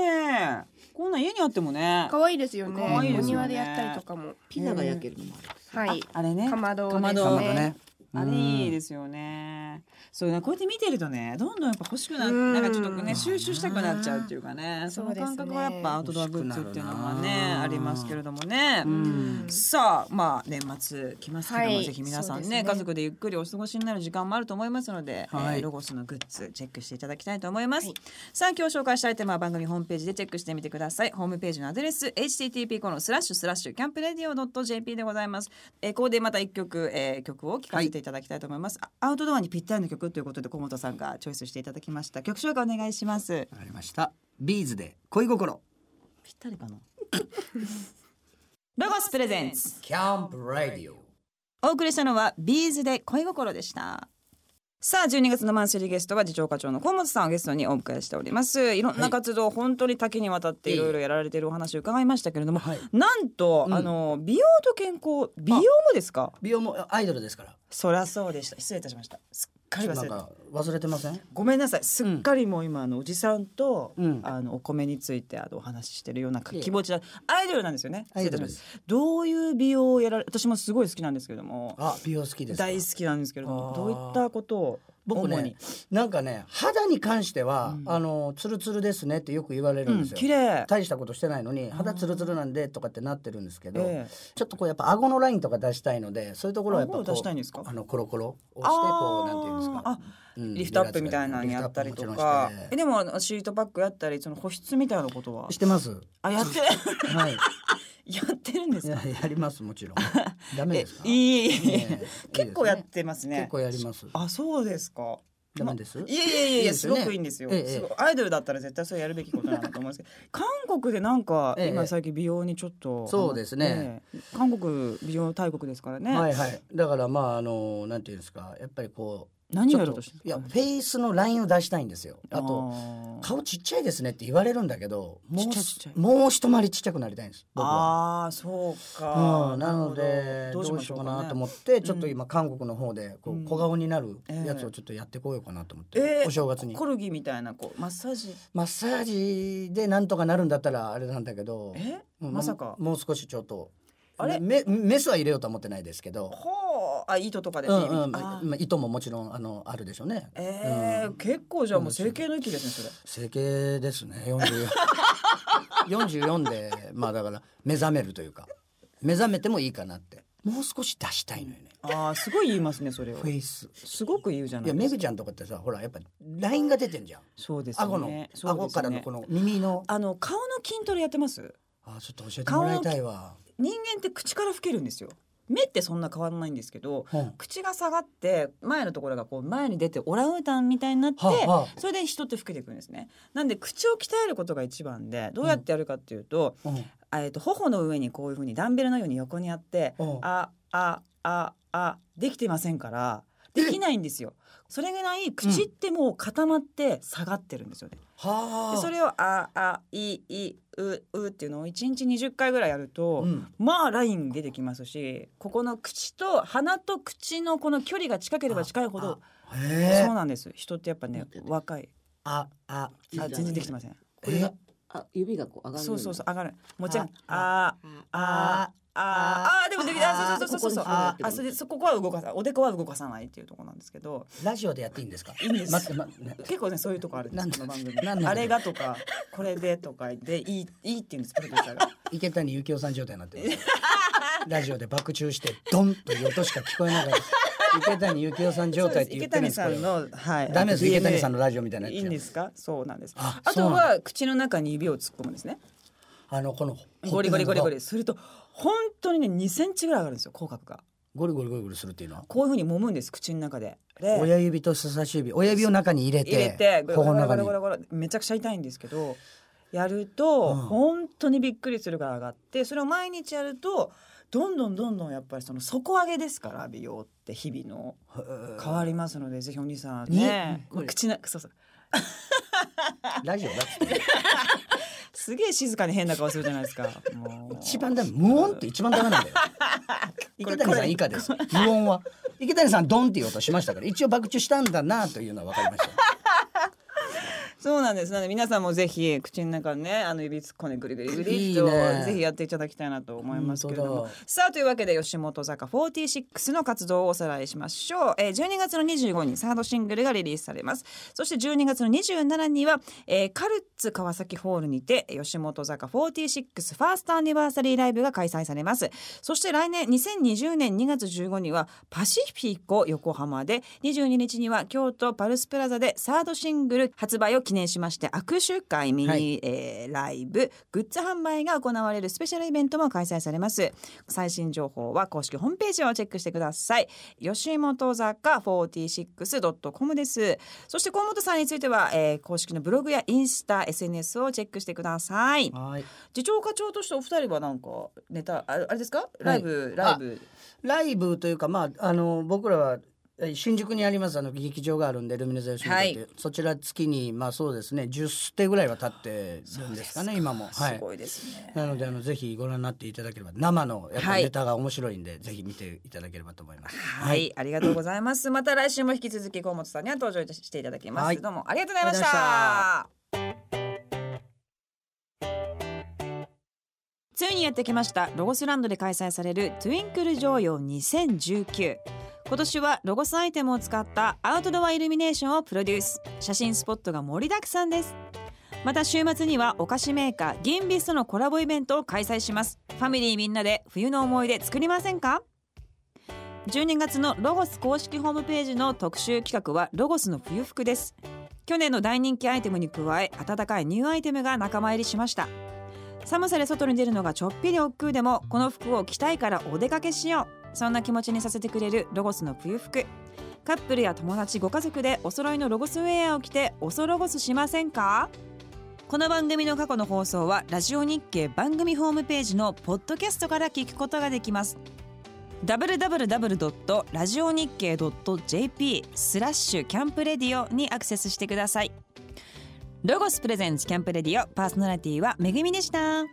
[SPEAKER 1] れこんなん家にあってもね
[SPEAKER 3] 可愛いですよね
[SPEAKER 1] 可
[SPEAKER 2] 愛いですよね
[SPEAKER 3] お庭でやったりとかも
[SPEAKER 4] ピザが焼けるのもあるんですよ。
[SPEAKER 3] はい
[SPEAKER 1] あれね
[SPEAKER 3] かまど
[SPEAKER 1] かま
[SPEAKER 3] で
[SPEAKER 1] ど
[SPEAKER 3] す
[SPEAKER 2] かまど
[SPEAKER 3] ね
[SPEAKER 2] ね
[SPEAKER 1] あれいいですよねそうねこうやって見てるとねどんどんやっぱ欲しくな
[SPEAKER 3] うん
[SPEAKER 1] なんかちょっとね収集したくなっちゃうっていうかねそ
[SPEAKER 3] そ
[SPEAKER 1] の
[SPEAKER 3] うですね
[SPEAKER 1] 感覚はやっぱアウトドアグッズっていうのは
[SPEAKER 2] 欲しく
[SPEAKER 1] ね
[SPEAKER 2] なるな
[SPEAKER 1] ありますけれどもね
[SPEAKER 2] う。ん
[SPEAKER 1] さあまあ年末来ますけども、
[SPEAKER 3] はい
[SPEAKER 1] ぜひ皆さん
[SPEAKER 3] そう
[SPEAKER 1] ね
[SPEAKER 3] ですね
[SPEAKER 1] 家族でゆっくりお過ごしになる時間もあると思いますので、
[SPEAKER 2] はい
[SPEAKER 1] えーロゴスのグッズチェックしていただきたいと思います、
[SPEAKER 3] はい
[SPEAKER 1] さあ今日紹介したアイテムは番組ホームページでチェックしてみてくださいホームページのアドレス http このスラッシュスラッシュキャンプレディオ .jp でございます、えー、ここでまた一曲、えー、曲を聴かせていただきたいと思います、あアウトドアにぴったりの曲ということで小本さんがチョイスしていただきました曲紹介お願いします
[SPEAKER 2] わかりましたビーズで恋心
[SPEAKER 1] ぴったりかなロゴスプレゼンツ
[SPEAKER 2] キャンプラディオ
[SPEAKER 1] お送りしたのはビーズで恋心でしたさあ12月のマンスリーゲストは次長課長の河本さんをゲストにお迎えしておりますいろんな活動、本当に多岐にわたっていろいろやられているお話を伺いましたけれども、
[SPEAKER 2] はい
[SPEAKER 1] なんと、
[SPEAKER 2] うん
[SPEAKER 1] あの美容と健康美容もですか
[SPEAKER 2] 美容もアイドルですから
[SPEAKER 1] そりゃそうでした失礼いたしましたすっかり忘
[SPEAKER 2] な
[SPEAKER 1] れ
[SPEAKER 2] ん
[SPEAKER 1] た
[SPEAKER 2] か忘れてません
[SPEAKER 1] ごめんなさいすっかりもう今あのおじさんと、
[SPEAKER 2] うん
[SPEAKER 1] あのお米についてあのお話ししてるような
[SPEAKER 2] え
[SPEAKER 1] 気持ちだアイドルなんですよね
[SPEAKER 2] アイドルです
[SPEAKER 1] 失礼いたしましたどういう美容をやられ私もすごい好きなんですけれども
[SPEAKER 2] あ美容好きですか
[SPEAKER 1] 大好きなんですけれども
[SPEAKER 2] あー
[SPEAKER 1] どういったことを
[SPEAKER 2] 僕
[SPEAKER 1] 主
[SPEAKER 2] ね
[SPEAKER 1] に、
[SPEAKER 2] なんかね肌に関しては、
[SPEAKER 1] うん
[SPEAKER 2] あのツルツルですねってよく言われるんですよ、
[SPEAKER 1] 綺麗、
[SPEAKER 2] 大したことしてないのに肌ツルツルなんでとかってなってるんですけど、
[SPEAKER 1] ええ
[SPEAKER 2] ちょっとこうやっぱ顎のラインとか出したいのでそういうところはやっぱこう
[SPEAKER 1] 顎を出したいんですか
[SPEAKER 2] あのコロコロをしてこ
[SPEAKER 1] あー
[SPEAKER 2] うなんていうんですか
[SPEAKER 1] あ
[SPEAKER 2] うん
[SPEAKER 1] リフトアップみたいなのやったりと
[SPEAKER 2] リフトアッ
[SPEAKER 1] か
[SPEAKER 2] プもちろんし
[SPEAKER 1] え
[SPEAKER 2] て
[SPEAKER 1] でもあのシートバッグやったりその保湿みたいなことは
[SPEAKER 2] してます
[SPEAKER 1] あやって
[SPEAKER 2] はい
[SPEAKER 1] やってるんです
[SPEAKER 2] い
[SPEAKER 1] か
[SPEAKER 2] ややりますも ちろんダメ
[SPEAKER 1] え
[SPEAKER 2] ですか
[SPEAKER 1] いいいいいい
[SPEAKER 2] ええいいですね
[SPEAKER 1] 結構やってますね
[SPEAKER 2] 結構やります
[SPEAKER 1] あそうですか
[SPEAKER 2] ダメです
[SPEAKER 1] いやいやいやい
[SPEAKER 2] いい
[SPEAKER 1] や
[SPEAKER 2] ですす
[SPEAKER 1] ご
[SPEAKER 2] よね
[SPEAKER 1] くいいんですよ
[SPEAKER 2] ええ
[SPEAKER 1] すごいアイドルだったら絶対それやるべきことなんだと思うんですけ ど韓国でなんか
[SPEAKER 2] ええ
[SPEAKER 1] 今最近美容にちょっと
[SPEAKER 2] そうですね
[SPEAKER 1] ええ韓国美容大国ですからね、
[SPEAKER 2] はいはいだからまああのなんていうんですかやっぱりこう
[SPEAKER 1] 何を
[SPEAKER 2] ちょ
[SPEAKER 1] や
[SPEAKER 2] っ
[SPEAKER 1] ろうと
[SPEAKER 2] と
[SPEAKER 1] してる
[SPEAKER 2] いやフェイスのラインを出したいんですよあと
[SPEAKER 1] あー
[SPEAKER 2] 顔ちっちゃいですねって言われるんだけども
[SPEAKER 1] ちっ
[SPEAKER 2] う
[SPEAKER 1] ちゃいちっちゃい
[SPEAKER 2] もう一回りちっちゃくなりたいんです僕は。
[SPEAKER 1] あーそうか、
[SPEAKER 2] うん、なので
[SPEAKER 1] る
[SPEAKER 2] ど
[SPEAKER 1] ほ
[SPEAKER 2] うしようかなと思
[SPEAKER 1] って
[SPEAKER 2] ってちょっと今韓国の方でこ
[SPEAKER 1] うん
[SPEAKER 2] う小顔になる
[SPEAKER 1] ええ
[SPEAKER 2] やつをちょっとやってこようかなと思って、
[SPEAKER 1] えー
[SPEAKER 2] お正月に
[SPEAKER 1] コルギみたいなこうマッサージ
[SPEAKER 2] マッサージでなんとかなるんだったらあれなんだけど
[SPEAKER 1] え
[SPEAKER 2] うん
[SPEAKER 1] まさか
[SPEAKER 2] もう少しちょっと
[SPEAKER 1] あれ
[SPEAKER 2] めメスは入れようとは思ってないですけど、
[SPEAKER 1] ほうあ糸とかで
[SPEAKER 2] う
[SPEAKER 1] ね、
[SPEAKER 2] んうん
[SPEAKER 1] あ
[SPEAKER 2] ま
[SPEAKER 1] ー
[SPEAKER 2] あ、糸ももちろんあのあるでしょうね、
[SPEAKER 1] えー
[SPEAKER 2] うん
[SPEAKER 1] 結構じゃあもう整形の域ですねそれ
[SPEAKER 2] 整形ですね40 44でまあだから目覚めるというか目覚めてもいいかなってもう少し出したいのよね
[SPEAKER 1] ああすごい言いますねそれ を
[SPEAKER 2] フェイス
[SPEAKER 1] すごく言うじゃ
[SPEAKER 2] い
[SPEAKER 1] な
[SPEAKER 2] や
[SPEAKER 1] い
[SPEAKER 2] め
[SPEAKER 1] です
[SPEAKER 2] ぐ
[SPEAKER 1] か
[SPEAKER 2] ちゃんとかってさほらやっぱラインが出てんじゃん
[SPEAKER 1] そうですね
[SPEAKER 2] 顎の、
[SPEAKER 1] そうですね
[SPEAKER 2] 顎からのこの耳の
[SPEAKER 1] あの顔の筋トレやってます
[SPEAKER 2] あちょっと教えてもらいたいわ、
[SPEAKER 1] 人間って口から吹けるんですよ目ってそんな変わらないんですけど
[SPEAKER 2] うん
[SPEAKER 1] 口が下がって前のところがこう前に出てオランウータンみたいになって、
[SPEAKER 2] はあは
[SPEAKER 1] それで人って老けていくんですねなんで口を鍛えることが一番でどうやってやるかっていうと,、
[SPEAKER 2] あうん
[SPEAKER 1] えっと頬の上にこういうふうにダンベルのように横にあって、
[SPEAKER 2] うん
[SPEAKER 1] ああああできてませんからできないんですよそれぐらい口ってもう固まって下がってるんですよね、
[SPEAKER 2] はあ
[SPEAKER 1] でそれをああいいううっていうのを一日20回ぐらいやると、
[SPEAKER 2] うん
[SPEAKER 1] まあライン出てきますしここの口と鼻と口のこの距離が近ければ近いほど
[SPEAKER 2] へえ
[SPEAKER 1] そうなんです人ってやっぱね
[SPEAKER 4] 待ってて
[SPEAKER 1] 若い
[SPEAKER 2] ああ
[SPEAKER 1] あ全然できてま
[SPEAKER 4] せん
[SPEAKER 1] せん
[SPEAKER 4] これ
[SPEAKER 2] え
[SPEAKER 4] があ指がこう上がる
[SPEAKER 1] そうそうそう
[SPEAKER 4] あ
[SPEAKER 1] 上がるもちろんあー
[SPEAKER 4] あ
[SPEAKER 1] あーあーあーでもできたあ
[SPEAKER 4] あ
[SPEAKER 1] そうそうそうそうそう
[SPEAKER 4] ここに
[SPEAKER 1] あ
[SPEAKER 4] こうやってる
[SPEAKER 1] あそれでそここは動かさおでこは動かさないっていうところなんですけど
[SPEAKER 2] ラジオでやっていいんですか
[SPEAKER 1] いいんです
[SPEAKER 2] 待って、まね
[SPEAKER 1] 結構ねそういうとこあるんで
[SPEAKER 2] なん
[SPEAKER 1] す
[SPEAKER 2] だ
[SPEAKER 1] この番組
[SPEAKER 2] なんだ
[SPEAKER 1] あれがとかこれでとかでいいいいって言うんですプロデューサーが
[SPEAKER 2] 池谷幸雄さん状態になってますラジオで爆中してドンという音しか聞こえなかった池谷幸雄さん状態って言ってるんです
[SPEAKER 1] そう
[SPEAKER 2] け
[SPEAKER 1] です池谷
[SPEAKER 2] ど
[SPEAKER 1] さんのはい
[SPEAKER 2] ダメです
[SPEAKER 1] DNA
[SPEAKER 2] 池谷さんのラジオみたいなやつ
[SPEAKER 1] いいんですかそうなんです
[SPEAKER 2] あ
[SPEAKER 1] あ
[SPEAKER 2] そ
[SPEAKER 1] と
[SPEAKER 2] うなん
[SPEAKER 1] は口の中に指を突っ込むんですね
[SPEAKER 2] あのこの
[SPEAKER 1] ゴリゴリゴリゴリすると本当にね2センチぐらい上がるんですよ口角が
[SPEAKER 2] ゴリゴリゴリゴリするっていうのは
[SPEAKER 1] こういうふうに揉むんです口の中でで
[SPEAKER 2] 親指と人差し指親指を中に入れて
[SPEAKER 1] 入れてゴロ
[SPEAKER 2] 頬
[SPEAKER 1] ゴロゴ
[SPEAKER 2] の中に
[SPEAKER 1] ロゴロゴロめちゃくちゃ痛いんですけどやると
[SPEAKER 2] うん
[SPEAKER 1] 本当にびっくりするぐらい上がってそれを毎日やるとどんどんどんどんやっぱりその底上げですから美容って日々の変わりますのでぜひお兄さんね
[SPEAKER 4] にこれ
[SPEAKER 1] 口なそうそう
[SPEAKER 2] ラジオだって
[SPEAKER 1] すげえ静かに変な顔するじゃないですか もう
[SPEAKER 2] 一番ダメ無音って一番ダメなんだよ池谷さん以下です無音は池谷さんドンっていう音しましたから一応爆中したんだなというのは分かりました
[SPEAKER 1] そうなんです。なので皆さんもぜひ口の中ねあの指突っ込んでぐりぐりぐりっ
[SPEAKER 2] い
[SPEAKER 1] と
[SPEAKER 2] いね
[SPEAKER 1] ぜひやっていただきたいなと思いますけれど
[SPEAKER 2] 本
[SPEAKER 1] も
[SPEAKER 2] 当だ。
[SPEAKER 1] さあというわけで吉本坂46の活動をおさらいしましょう。えー、12月の25日にサードシングルがリリースされます。そして12月の27日には、えーカルッツ川崎ホールにて吉本坂46ファーストアニバーサリーライブが開催されます。そして来年2020年2月15日にはパシフィコ横浜で22日には京都パルスプラザでサードシングル発売を記念しまして握手会ミニ、
[SPEAKER 2] はい
[SPEAKER 1] えーライブグッズ販売が行われるスペシャルイベントも開催されます最新情報は公式ホームページをチェックしてください吉本坂 46.com ですそして河本さんについては、えー公式のブログやインスタ SNS をチェックしてください
[SPEAKER 2] はい
[SPEAKER 1] 次長課長としてお二人はなんかネタああれですかライブ、ライブ
[SPEAKER 2] ライブというかまああの僕らはえ新宿にありますあの劇場があるんでルミネゼーションっていう、そちら月にまあそうですね10ステぐらいは立ってるんですかね今もは
[SPEAKER 1] すごいですね、
[SPEAKER 2] なのであのぜひご覧になっていただければ生のやっぱ
[SPEAKER 1] はい
[SPEAKER 2] ネタが面白いんで、ぜひ見ていただければと思います。
[SPEAKER 1] はい、ありがとうございます。また来週も引き続き河本さんには登場していただきます。
[SPEAKER 2] はい
[SPEAKER 1] どうもありがとうございまし
[SPEAKER 2] ありがとうござ
[SPEAKER 1] た。ついにやってきましたロゴスランドで開催されるトゥインクル常用2019今年はロゴスアイテムを使ったアウトドアイルミネーションをプロデュース写真スポットが盛りだくさんですまた週末にはお菓子メーカーギンビスとのコラボイベントを開催しますファミリーみんなで冬の思い出作りませんか12月のロゴス公式ホームページの特集企画はロゴスの冬服です去年の大人気アイテムに加え暖かいニューアイテムが仲間入りしました寒さで外に出るのがちょっぴり億劫でもこの服を着たいからお出かけしようそんな気持ちにさせてくれるロゴスの冬服カップルや友達ご家族でお揃いのロゴスウェアを着ておそロゴスしませんかこの番組の過去の放送はラジオ日経番組ホームページのポッドキャストから聞くことができます www.radionickei.jp スラッシュキャンプレディオにアクセスしてくださいロゴスプレゼンツキャンプレディオパーソナリティはめぐみでした